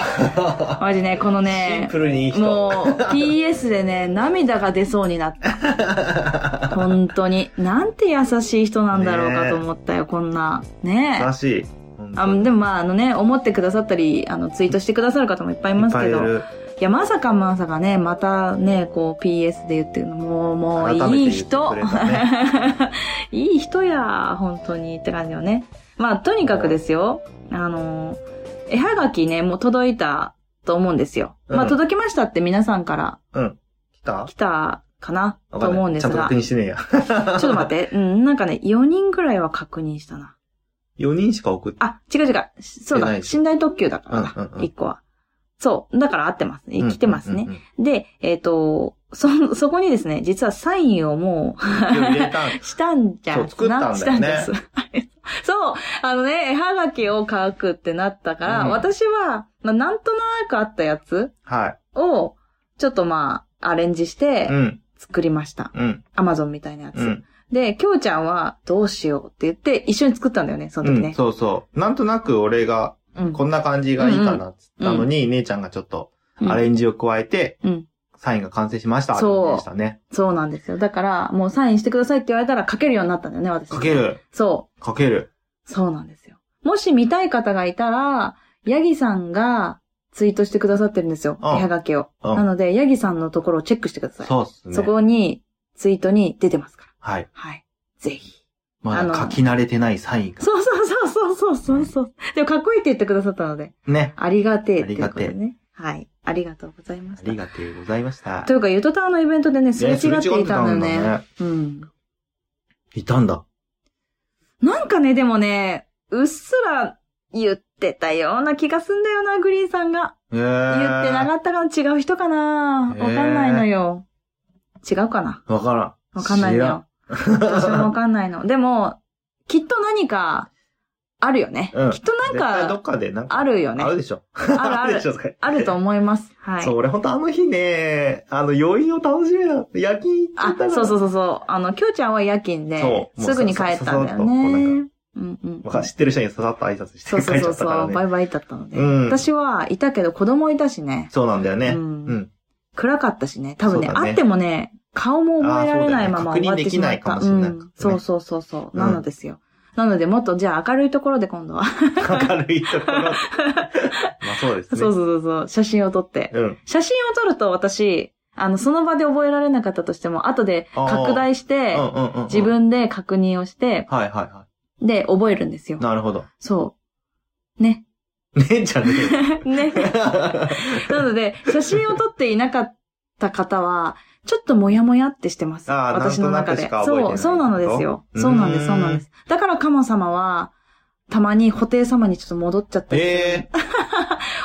S2: マジね、この
S1: シン
S2: ね
S1: プ、ルにいい人。
S5: もう、
S2: PS
S1: [LAUGHS]
S2: でね、涙が出そうになった。本当に。なんて優しい人なんだろうかと思ったよ、こんな。ねえ
S1: 優しい。本当
S2: あでもまああのね、思ってくださったり、あの、ツイートしてくださる方もいっぱいいますけ
S1: いっぱいい
S2: ど、い
S1: る
S2: や、まさかまさかね、またね、こう PS で言ってるの、もう、も
S1: 改
S2: う、
S1: め
S2: いい
S1: て言って
S2: 人
S1: くれたね
S2: [LAUGHS] いい人や、本当にって感じよね。まあ、とにかくですよ、あの、絵はがきね、もう届いたと思うんですよ。ま
S1: う
S2: あ、
S1: ん
S2: 届きましたって皆さんから
S1: うん。来た
S2: 来たかな
S1: わか
S2: [LAUGHS] と
S1: んない
S2: 思うんです
S1: ちゃんと
S2: が
S1: 確、認してねえや。
S2: [LAUGHS] ちょっと待って、
S1: [LAUGHS]
S2: うん、なんかね、4人ぐらいは確認したな。
S1: 4人しか送って。
S2: あ、違う違う。そう
S1: 出な
S2: だ。
S1: いでしょ
S2: 寝台特急だからだ。
S1: うんうんうん
S2: 一個は。そう。だから合ってます。
S1: うん
S2: 来てますね。
S1: うんうん
S2: で、えっ、と、そ、そこにですね、実はサインをもう
S1: うん入れたん
S2: したんじゃん。
S1: そう作ったんだよね
S2: したんです。 [LAUGHS] はいそう。あのね、絵はがきを書くってなったから、
S1: うん
S2: 私は、まあ、なんとなくあったやつ [LAUGHS]
S1: は
S2: を、ちょっとまあ、アレンジし
S1: い。
S2: て
S1: うん。
S2: 作りました。
S1: うん。
S2: アマゾンみたいなやつ。
S1: うん。
S2: で、きょうちゃんはどうしようって言って、一緒に作ったんだよね、その時
S1: うん
S2: ね。
S1: そうそう。なんとなく俺が、
S2: うん
S1: こんな感じがいいかなっつったのに、姉ちゃんがちょっと
S2: うん
S1: アレンジを加えて
S2: うん、
S1: サインが完成しました。
S2: そう
S1: でしたね。
S2: そうなんですよ。だから、もうサインしてくださいって言われたら書けるようになったんだよね、私。
S1: かけ。る。
S2: そ
S1: かける。
S2: う。そうなんですよ。もし見たい方がいたら、ヤギさんがツイートしてくださってるんですよ。
S1: う
S2: 絵
S1: ん
S2: はがきを。
S1: うん
S2: なので、ヤギさんのところをチェックしてください。
S1: そうっすね。
S2: そこに、ツイートに出てますから。
S1: はい。
S2: はい。ぜひ。
S1: ま
S2: あ
S1: だ
S2: の
S1: 書き慣れてないサインが。
S2: そうそうそうそうそうそう。でもかっこいいって言ってくださったので、
S1: ね。
S2: ありがてえっていうことでね。はい。ありがとうございま
S1: あ
S2: し
S1: り
S2: た。
S1: がとうございました。
S2: というか、ゆとたわのイベントでね、すれ違っていたんだよ
S1: ねすれ違ってたんだ
S2: ね
S1: ね。
S2: うん。
S1: いたんだ。
S2: なんかね、でもね、うっすら言ってたような気がすんだよな、グリーンさんが。
S1: え言
S2: 言ってなか
S1: っ
S2: ったから違う人かなわ
S1: へ
S2: か
S1: ー
S2: んないのよ。違うかな
S1: た。わからん。
S2: わかんないのよ。私もわかんな
S1: [LAUGHS]
S2: いの。でも、きっと何か、あるよね。
S1: うん
S2: きっとな
S1: 知らん。絶対
S2: ん
S1: どっ
S2: か、
S1: かでなんか、
S2: あるよね
S1: あ。るでしょ。
S2: あるある
S1: でしょ、それ
S2: あると思います。は
S1: [LAUGHS]
S2: い
S1: そう、。俺ほんとあの日ね、あの、余韻を楽しめなかった。夜勤行って
S2: あ
S1: たか、ら。
S2: そうそう
S1: う。
S2: そうそう。あの、きょうちゃんは夜勤で
S1: そう、もう
S2: すぐに帰ったんだ
S1: さささ
S2: よ
S1: っとこうな
S2: ね。うんうん。
S1: まあ、知ってる人にささっと挨拶して
S2: そう
S1: 帰
S2: そう
S1: っちゃ
S2: そ
S1: っ
S2: う
S1: た
S2: そ
S1: から
S2: う、バ
S1: ね。
S2: イバイだったので。
S1: うん
S2: 私はいたけど、子供いたしね。
S1: そうなんだよね。
S2: う
S1: うんん。
S2: 暗かったしね。多分ね、
S1: そうだね
S2: 会ってもね、顔も覚えられないまま
S1: あーそう
S2: 終
S1: だ
S2: わ
S1: よ
S2: っ
S1: ね
S2: てしまっ
S1: 確認できない
S2: た。う
S1: かもしれない
S2: ん。そうそうそうそう。なのですよ。なので、もっとじゃあ明るいところで今度は。
S1: 明るいと
S2: [LAUGHS]
S1: ころ。まあそうです
S2: そ
S1: ね。
S2: うそうそうそう。写真を撮って。
S1: うん。
S2: 写真を撮ると私、あの、その場で覚えられなかったとしても、後で拡大して、
S1: うんうんうんうん
S2: 自。分で確認をして、
S1: はいはいは
S2: で、覚えるんですよ
S1: い。。なるほど。
S2: そう。ね。
S1: ねじゃ
S2: [LAUGHS]
S1: ねえよ
S2: ね。なので、写真を撮っていなかった方は、ちょっともやもやってしてます。
S1: あー
S2: 私の
S1: な
S2: 中
S1: ん
S2: で
S1: となくしか。覚えてない
S2: そう、そうなのですよ。
S1: うん
S2: そうなんです、そうなんです。だから、カモ様は、たまに、布袋様にちょっと戻っちゃったりする
S1: え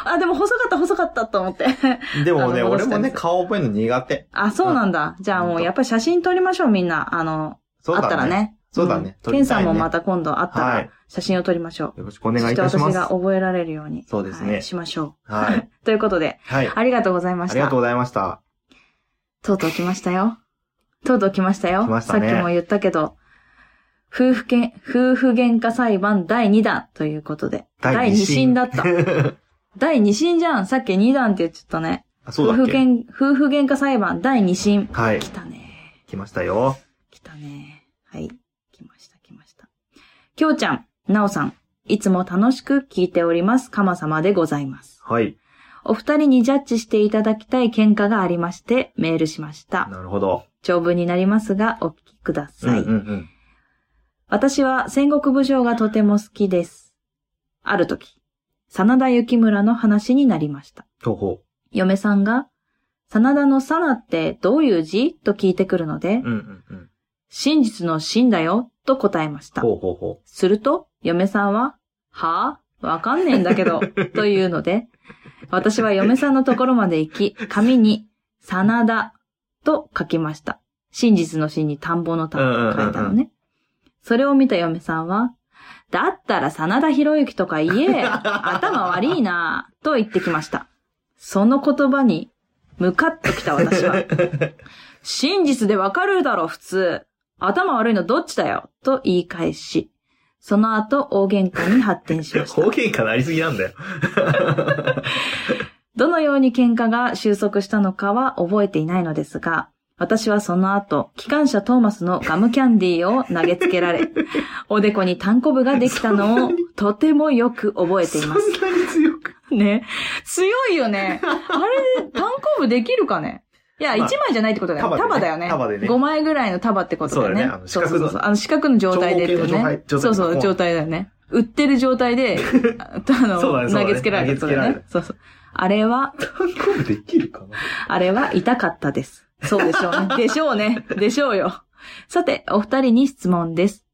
S2: あ、でも細かった、細かったと思って。 [LAUGHS]
S1: えでもね、
S2: あの戻
S1: 俺
S2: したんです
S1: もね、顔覚えるの苦手。
S2: あ、そうなんだ。じゃあもう、やっぱり写真撮りましょう、みんな。あの、
S1: そう
S2: あった
S1: だ
S2: ら
S1: ね。
S2: ね。
S1: そうだね
S2: うん
S1: 撮りたいね
S2: ケンさんもまた今度あった
S1: は
S2: ら
S1: い、
S2: 写真を撮りましょう。
S1: よろしくお願いいたし
S2: そ
S1: ま
S2: して
S1: す
S2: 私が。覚えられるように。
S1: そうですね
S2: はいしましょう。
S1: はい。
S2: ということで、
S1: はい。
S2: ありがとうございまし
S1: あ
S2: た。
S1: りがとうございました。
S2: とうとう来ましたよ。とうとう来ましたよ。
S1: 来ましたね
S2: さっきも言ったけど、夫婦けん、夫婦喧嘩裁判第2弾ということで。
S1: 第
S2: 第
S1: 二
S2: 2
S1: 審
S2: 審
S1: [LAUGHS]
S2: だった。第2審じゃん。さっき2弾って言っちゃったね。
S1: あそう
S2: 夫
S1: だ
S2: 婦
S1: っけ
S2: 喧、夫婦喧嘩裁判第2審。
S1: はい。
S2: 来たね。
S1: 来ましたよ。
S2: 来たね。はい。来ました、来ました。きょうちゃん、なおさん、いつも楽しく聞いております。かまさまでございます。
S1: はい。
S2: お二人にジャッジしていただきたい喧嘩がありまして、メールしました。
S1: なるほど。
S2: 長文になりますが、お聞きくだ
S1: うん
S2: さ
S1: う
S2: い。
S1: んうん。
S2: 私は戦国武将がとても好きです。ある時、真田幸村の話になりました。
S1: 東宝。
S2: 嫁さんが、真田の真ってどういう字と聞いてくるので、
S1: うんうんうん。
S2: 真実の真だよ、と答えました。
S1: ほうほうほ
S2: すると、嫁さんは、はぁわかんねえんだ
S1: [LAUGHS]
S2: けど、というので、私は嫁さんのところまで行き、紙に、真田と書きました。真実の真に田んぼの田と書いた
S1: うんうん
S2: の
S1: うんう
S2: ね。それを見た嫁さんは、だったら真田広之とか言
S1: [LAUGHS]
S2: え、頭悪いなぁ、と言ってきました。その言葉に、ムカッときた私は、真実でわかるだろ、普通。頭悪いのどっちだよ、と言い返し、その後、大喧嘩に発展しま
S1: う。
S2: し
S1: [LAUGHS] 方
S2: た。
S1: 言かなりすぎなんだよ。
S2: どのように喧嘩が収束したのかは覚えていないのですが、私はその後、機関車トーマスのガムキャンディーを投げつけられ、おでこにタンコブができたのをとてもよく覚えています。
S1: そんなに強く。
S2: [LAUGHS] ね。強いよ
S1: [LAUGHS]
S2: ね。あれ、単行部できるかねいや、
S1: ま
S2: 1
S1: あ
S2: 枚じゃないってことだ
S1: 束
S2: よ。
S1: でね
S2: 束だよね。
S1: 束でね
S2: 5枚ぐらいの束ってことだよね。
S1: そうだよねあの四角の
S2: そうそうそうあの四角の状態でっていう
S1: 長方形の
S2: ね。
S1: 状態
S2: そうそ
S1: 状態
S2: う、状態だよね。売ってる状
S1: [LAUGHS]
S2: 態で、ああ
S1: そうだね
S2: の、
S1: そうだね
S2: 投げつけられることだよ
S1: 投げ
S2: ね。そうそう。あれは、
S1: 単行部できる [LAUGHS] かな
S2: あれは痛かったです。そうでし
S1: [LAUGHS]
S2: ょうね。でしょうね。でしょうよ。さて、お二人に質問です。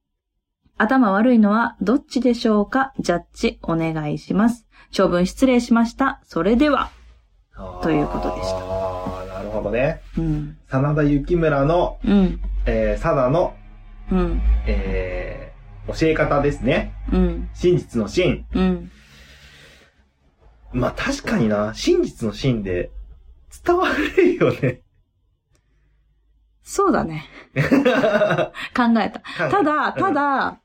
S2: 頭悪いのはどっちでしょうかジャッジお願いします。長文失礼しました。それでは。
S1: あー
S2: ということでした
S1: ああ、なるほどね。
S2: うん。
S1: 真田幸村の、
S2: うん。
S1: えー、貞の、
S2: うん。
S1: えー、教え方ですね。
S2: うん。
S1: 真実の真。
S2: うん。
S1: まあ確かにな、真実の真で伝わるよね。
S2: そうだね。考えた。ただ、ただ、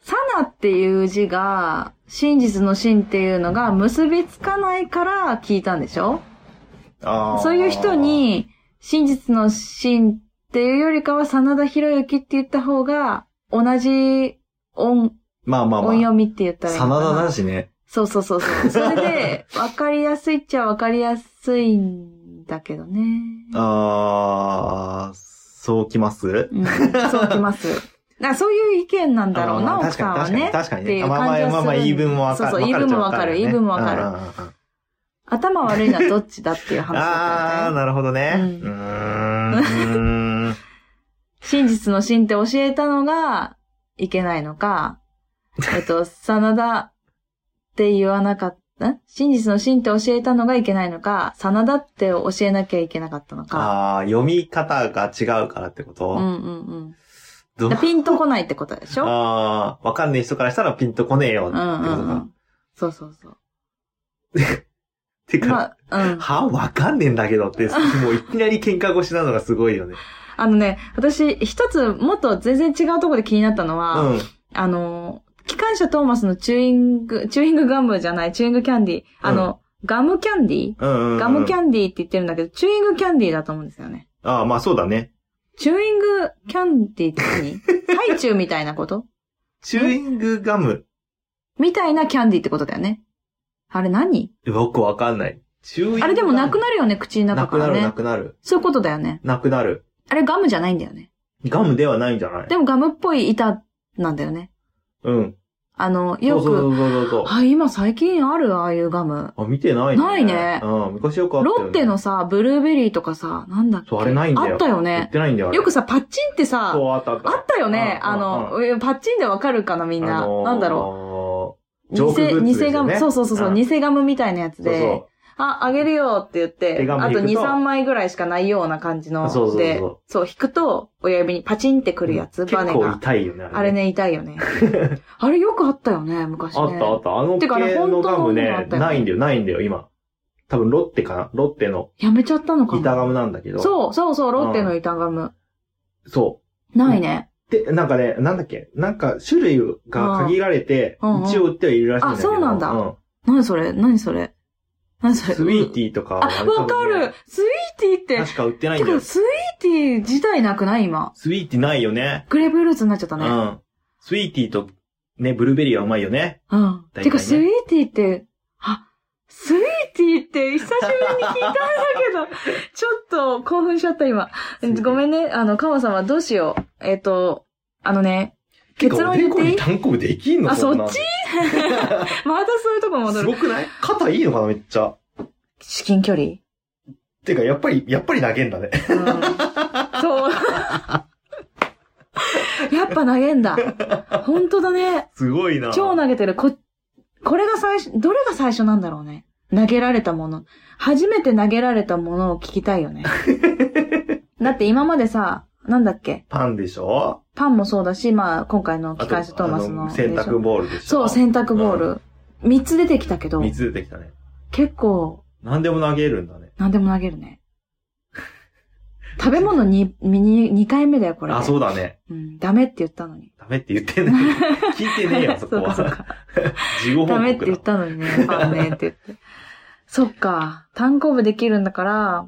S2: サナっていう字が、真実の真っていうのが結びつかないから聞いたんでしょ
S1: あー、
S2: そういう人に、真実の真っていうよりかは、真田広之って言った方が、同じ音、
S1: まあまあまあ。
S2: 音読みって言ったらいいの
S1: 真
S2: かな
S1: 田だしね。
S2: そうそうそうそう。それで、わかりやすいっちゃわかりやすいんだけどね。
S1: ああ、そうきます
S2: うん、そうきます。
S1: [LAUGHS]
S2: だからそういう意見なんだろうな、
S1: あー
S2: 奥さんはね。
S1: 確かに確かに確かに
S2: ってい
S1: ね。
S2: う
S1: まあま
S2: 感じ
S1: あ
S2: は
S1: まあまあ
S2: する
S1: 言い分もわかる。
S2: そうそう
S1: よね
S2: 言い分もわかる
S1: うんうんうん
S2: 頭悪いのはどっちだっていう話だった
S1: あ
S2: よ
S1: あ、
S2: ね。
S1: なるほどね。う
S2: うん [LAUGHS]
S1: ーん。
S2: 真実の真って教えたのがいけない
S1: [LAUGHS]
S2: のか、えっと、真田って言わなかった、ん真実の真って教えたのがいけないのか、真田って教えなきゃいけなかったのか。
S1: ああ、読み方が違うからってこ
S2: うんう
S1: と
S2: ん
S1: どうん
S2: う。だからピンとこないってことでしょ
S1: ああ、わかんない人からしたらピンとこねえよっ
S2: うん
S1: て
S2: う
S1: ことか。
S2: んうん。そうそうそう。
S1: てか、
S2: まあ、うん。
S1: はわかんねえんだけど
S2: [LAUGHS]
S1: って、もういきなり喧嘩越しなのがすごいよね。
S2: あのね、私、一つもっと全然違うところで気になったのは、
S1: うん。
S2: あの、機関車トーマスのチューイング、チューイングガムじゃない、チューイングキャンディー。あの、ガムキャンディー
S1: うんうんうん。
S2: ガムキ
S1: ン
S2: ャンディーって言ってるんだけど、チューイングキャンディーだと思うんですよね。
S1: ああ、まあそうだね。
S2: チューイングキャンディーって
S1: [LAUGHS]
S2: 何ハイチュウみたいなこと
S1: チューイングガム。
S2: みたいなキャンディーってことだよね。あれ何
S1: 僕わかんない。注意。
S2: あれでもなくなるよね、口の
S1: なく
S2: 中か
S1: な
S2: ら
S1: る、な
S2: ね。
S1: くなる。
S2: そういうことだよね。
S1: なくなる。
S2: あれガムじゃないんだよね。
S1: ガムではないんじゃない
S2: でもガムっぽい板なんだよね。
S1: うん。
S2: あの、よ
S1: そうそ
S2: く、
S1: うそうそうそう。
S2: あ、今最近あるああいうガム。
S1: あ、見てないね。
S2: ないね
S1: うん、昔よくあったよ、ね。
S2: ロッテのさ、ブルーベリーとかさ、なんだっけ
S1: そう、あれないんだよ。
S2: あったよ
S1: 売っ
S2: ね。
S1: てないんだよ、あれ
S2: よくさ、パッチンってさ、
S1: そう、あったあった。
S2: あったよね。
S1: うん
S2: あ
S1: う
S2: の、えパッチンでわかるかな、みんな。なんだろ
S1: ろ
S2: う。
S1: ジョークグッズですよね
S2: 偽ガム、そうそうそうそう、
S1: うん
S2: 偽ガムみたいなやつ
S1: そう
S2: で、あ、あげるよって言って
S1: 手、紙
S2: あ
S1: 引く
S2: と
S1: と
S2: 2、3枚ぐらいしかないような感じの。
S1: そうそうそう
S2: で、そう、引くと、親指にパチンってく
S1: そう。
S2: るやつ、バ
S1: 結
S2: ネ
S1: 構
S2: が。
S1: 痛いよね、
S2: あれ。ね、痛いよ
S1: [LAUGHS]
S2: ね。あれよくあったよね、昔ね。
S1: あったあった。あの
S2: て
S1: 系
S2: かあれ
S1: のガム
S2: 本当のものあっ
S1: ね、
S2: たよね
S1: ないんだよ、ないんだよ、今。多分ロッテかなロッテの
S2: やめちゃったのか
S1: 板
S2: な。
S1: ガムなんだけど。う。
S2: そう、そうそう、ロッテの板ガム。
S1: そ
S2: ないね。
S1: う。で、なんかね、なんだっけ、なんか種類が限られて
S2: うんうん、
S1: 一応売ってはいるらしいんだけど。
S2: あそうなんだ
S1: うん。
S2: 何それ何それ何それ
S1: スイーティーとかはね。
S2: あ、わか
S1: 多分
S2: る
S1: ね
S2: スイーティーって。
S1: 確か売ってない
S2: て
S1: んだよ
S2: か、。スイーティー自体なくない今。
S1: スイーティーないよね。
S2: グレープフルーツになっちゃった
S1: う
S2: ね。
S1: ん。スイーティーと、ね、ブルーベリーはうまいよね。
S2: うん。
S1: 大体ね
S2: てか、スイーティーって、あ、スイーティーって久しぶりに聞いたんだけど、 [LAUGHS] ちょっと興奮しちゃった今。ごめんね、あの、カモさんはどうしよう。えっ、と、あのね、結論言っていい
S1: てかおでこに単行部できんの
S2: あ
S1: んなの
S2: そっ [LAUGHS] またそういうとこ戻
S1: す
S2: る。
S1: ごくない肩いいのかなめっちゃ。
S2: 至近距離。
S1: てか、やっぱり、やっぱり投げんだね。 [LAUGHS]
S2: うんそう。やっぱ投げんだ。本当だね。
S1: すごいな
S2: 超投げてる。こ、これが最初、どれが最初なんだろうね。投げられたもの。初めて投げられたものを聞きたい
S1: [LAUGHS]
S2: よね。だって今までさ、なんだっけ
S1: パンでしょ
S2: パンもそうだし、まあ今回の機関車トーマス
S1: あ
S2: の
S1: と
S2: でし
S1: 洗
S2: ょ。
S1: 濯ボールでしょ
S2: そう、洗濯ボール。三つ出てきたけど、
S1: 3つ出てきたね。
S2: 結構
S1: 何でも投げるんだね。
S2: 何でも投げるね。食べ物に、に、2回目だよ、これで。
S1: あ、そうだね。
S2: うん、ダメって言ったのに。
S1: ダメって言って
S2: [LAUGHS]
S1: んだけど聞いてねえよ、そこ
S2: うか [LAUGHS] そう
S1: は。
S2: か。
S1: 事後報告
S2: ダ
S1: だ
S2: メって言ったのにね、パンねって言って。 [LAUGHS] そっか。単行部できるんだから、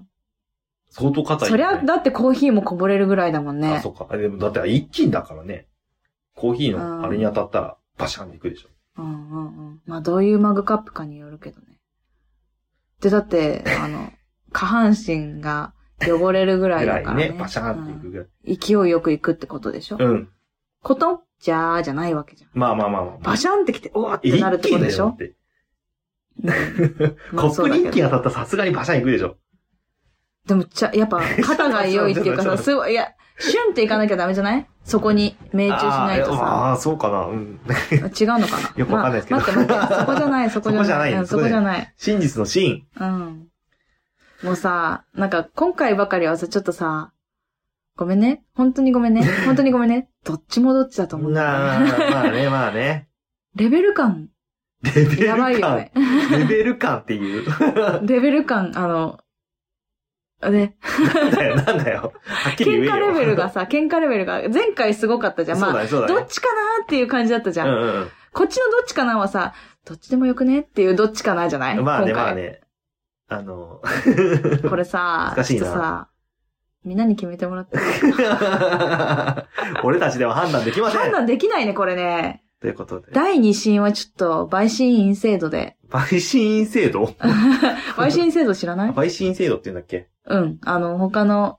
S1: 相当硬い
S2: そ
S1: よ
S2: り
S1: ね、
S2: ゃ、だってコーヒーもこぼれるぐらいだもん
S1: あ、
S2: ね
S1: そ。っか。あでも、だって一斤だからね。コーヒー
S2: うん
S1: のあれに当たったら、バシャンっていくでしょ。
S2: うんうんうん。まあ、どういうマグカップかによるけどね。で、だ
S1: [LAUGHS]
S2: って、あの、下半身が汚れるぐらい
S1: ぐら
S2: だか
S1: い
S2: ら
S1: [LAUGHS]
S2: ね。
S1: ね、バシャンっていくぐらい。
S2: うん勢いよくいくってことでしょ、
S1: うん。
S2: コトンじゃーじゃないわけじゃん。
S1: まあまあまあまあまあ。
S2: バシャンってきて、うわってなるってことでしょ
S1: 一斤だよだって
S2: ま
S1: コ
S2: あ
S1: ッ
S2: そう
S1: プ
S2: だ
S1: に
S2: け
S1: 一
S2: ど
S1: 斤当たったらさすがにバシャンいくでしょ。
S2: でも、ちゃ、や
S1: [LAUGHS]
S2: っぱ、肩が良いっていうか
S1: そうそうそうそ
S2: さ、
S1: う
S2: すごい、いや、シュンっていかなきゃダメじゃないそこに命中しないとさ。
S1: あーあー、そうかな。うん。
S2: 違うのかな
S1: よくわかんないですけど
S2: まあ待って待って、そこじ
S1: [LAUGHS]
S2: ゃない、そこじゃない。うん
S1: そ
S2: そ
S1: こ
S2: こ
S1: じ
S2: じ
S1: ゃ
S2: ゃない。
S1: 真実のシーン。
S2: うん。もうさ、なんか、今回ばかりはさ、ちょっとさ、ごめんね。本当にごめ
S1: [LAUGHS]
S2: んね。本当にごめんね。どっちもどっちだと思うんだよね。
S1: なあ、まあね、まあね。
S2: レベル感、
S1: レベル感。
S2: [LAUGHS] やばいよね。
S1: レベル感っていう。なん
S2: [LAUGHS] レベル感、あの、ね、
S1: だよ、なんだよ。はっきり言
S2: 喧
S1: えよ。
S2: 嘩レベルがさ、喧嘩レベルが、前回すごかったじゃん。
S1: そう
S2: ま
S1: だね、そう
S2: あ、
S1: だね。
S2: どっちかなっていう感じだったじゃ
S1: うんうん
S2: こっちのどっちかなはさ、どっちでもよくねっていうどっちかなじゃな
S1: う
S2: い
S1: ん。まあね、
S2: 今回
S1: まあね。あの、 [LAUGHS]
S2: これさ、
S1: 難しい
S2: ち
S1: な
S2: ょっとさ、みんなに決めてもらって。
S1: 俺たちでは判断できませ
S2: 判
S1: ん。
S2: 断できないね、これね。
S1: ということで。
S2: 第2審はちょっと、陪審員制度で。
S1: 陪審員制度
S2: 陪審員制度知らない
S1: 陪審員制度って言うんだっけ
S2: うん。あの、他の。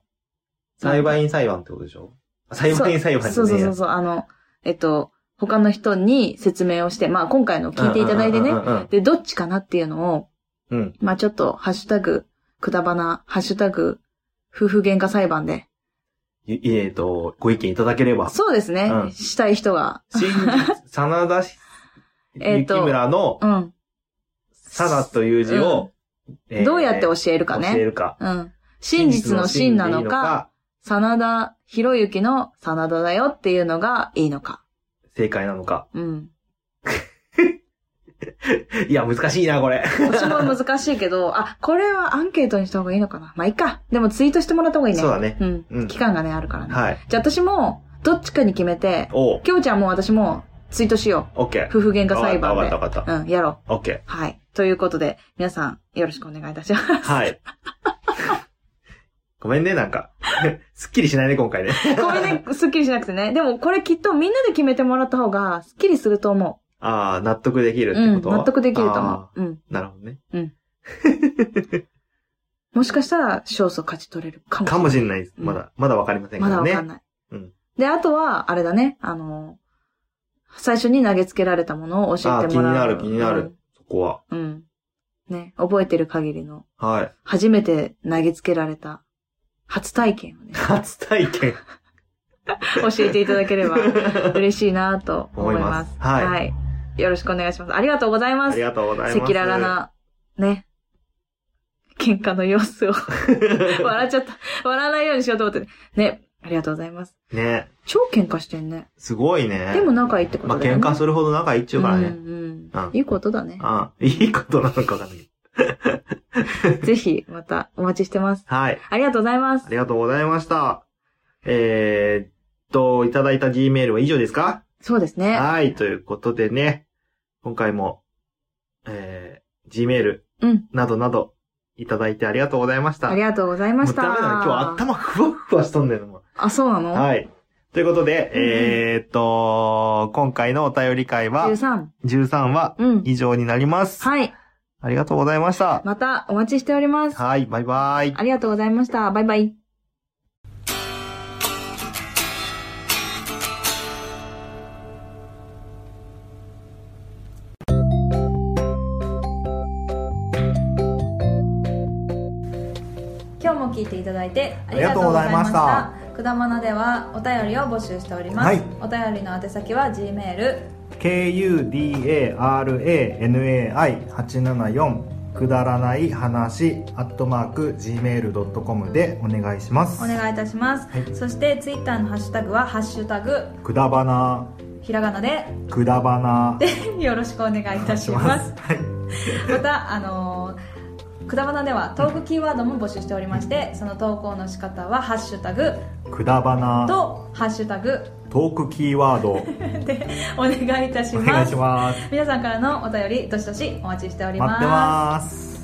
S1: 裁判員裁判ってことでしょあ裁判員裁判
S2: そうそうそう
S1: そ
S2: そう。あの、えっと、他の人に説明をして、まあ今回の聞いていただいてね。で、どっちかなっていうのを、
S1: うん。
S2: まあちょっと、ハッシュタグ、くだばな、ハッシュタグ、夫婦喧嘩裁判で。
S1: いえっと、ご意見いただければ。
S2: そうですね。
S1: うん
S2: したい人が。
S1: 真実、真田し、
S2: え
S1: 雪
S2: っと
S1: 村の
S2: う、ん。
S1: 真田という字を、えー
S2: どうやって教えるか
S1: 教え
S2: ね。
S1: るか。
S2: うん。真実の真なのか、、真田広之の真田だよっていうのがいいのか。
S1: 正解なのか。
S2: うん。
S1: いや、難しいな、これ。
S2: 私も難しいけど、 [LAUGHS] あ、これはアンケートにした方がいいのかな。まあ、いいか。でもツイートしてもらった方がいいね。
S1: そうだね。
S2: うん。
S1: うん
S2: 期間がね、あるからね。
S1: はい。
S2: じゃあ私も、どっちかに決めて、
S1: おう、
S2: きょうちゃんも私もツイートしよう。
S1: オッケー。
S2: 夫婦喧嘩裁判
S1: わかっ
S2: で
S1: た、。わかった、わかっ
S2: うん、やろう。
S1: た。オッケ
S2: はい。ということで、皆さん、よろしくお願いいたします。 [LAUGHS]
S1: ー。はい。 [LAUGHS] ごめんね、なんか。 [LAUGHS] すっきりしないね、今回ね。 [LAUGHS]
S2: ごめんね、すっきりしなくてね。でもこれきっとみんなで決めてもらった方が、すっきりすると思
S1: ああ、納得できる
S2: う。
S1: って
S2: う
S1: こ
S2: ん、
S1: とは
S2: 納得できると思
S1: あ
S2: う。うん。
S1: ーなるほどね。
S2: うんもしかしたら、勝訴勝ち取れるかもしれ
S1: か
S2: ない。
S1: もしれないです。まだ、まだわかりませんか
S2: まだ
S1: ら
S2: わ
S1: ね。
S2: かんない。
S1: うん
S2: で、あとは、あれだね、あの、最初に投げつけられたものを教えてもらう。
S1: あー気になる気になるそこは。
S2: うん。うん。ね、覚えてる限りの、
S1: はい。、
S2: 初めて投げつけられた、初体験をね
S1: [LAUGHS] 初体
S2: [LAUGHS]
S1: 験。
S2: 教えていただければ嬉しいなと思います。
S1: 思いますはい
S2: よろしくお願いします。ありがとうございま
S1: あ
S2: す
S1: り。がとうございます。
S2: 赤裸々。な、ね、喧嘩の様
S1: [LAUGHS]
S2: 子を笑っちゃった。笑わないようにしようと思ってね。ね、ありがとうございます。
S1: ね。
S2: 超喧嘩してんね。
S1: すごいね。
S2: でも、仲いいってこ
S1: ま
S2: と
S1: あ、
S2: だよ
S1: 喧
S2: ね。
S1: 嘩するほど仲いいっちゅうから
S2: う
S1: ね。
S2: ん
S1: うん
S2: うん、いいことだね。
S1: あいいことなのかわかんないけど。
S2: ぜひ、またお待ちしてます。
S1: はい。
S2: ありがとうございます
S1: あ。りがとうございました。えー、っと、いただいた G メールは以上ですか
S2: そうですね。
S1: はい。ということでね、今回も、えー、G メール
S2: うん、
S1: などなど、いただいてありがとうございました。
S2: ありがとうございました。
S1: もうダメだね。今日頭ふわふわしとんねんのもう。
S2: あ、そうなの、
S1: はい。ということで、
S2: うんうん
S1: えーっと、今回のお便り会は、
S2: ?13。
S1: 13は
S2: うん。
S1: 以上になります。
S2: はい。
S1: ありがとうございました。
S2: またお待ちしております。
S1: はい、バイバイ。
S2: ありがとうございました。バイバイ。今日も聞いていただいてありがとうございました。
S1: あ
S2: くだまなではお便りを募集しております。
S3: はい
S2: お便りの宛先は G メール
S1: kudaranai874 くだらない話、アットマーク、gmail.com でお願いしま
S2: お願いいたします。
S1: はい
S2: そしてツイッターのハッシュタグはハッシュタグ
S1: くだばな、
S2: ひらがな [LAUGHS] で
S1: くだばな、
S2: よろしくお願いいたします。また、あのーくだばなではトークキーワードも募集しておりまして、その投稿の仕方は、ハッシュタグ
S1: くだばな、
S2: と、ハッシュタグ
S1: トークキーワード、
S2: でお願いいたし
S1: お願
S2: ま
S1: い
S2: す。 [LAUGHS]
S1: します。
S2: 皆さんからのお便り、どしどしお待ちしており
S1: 待ってます。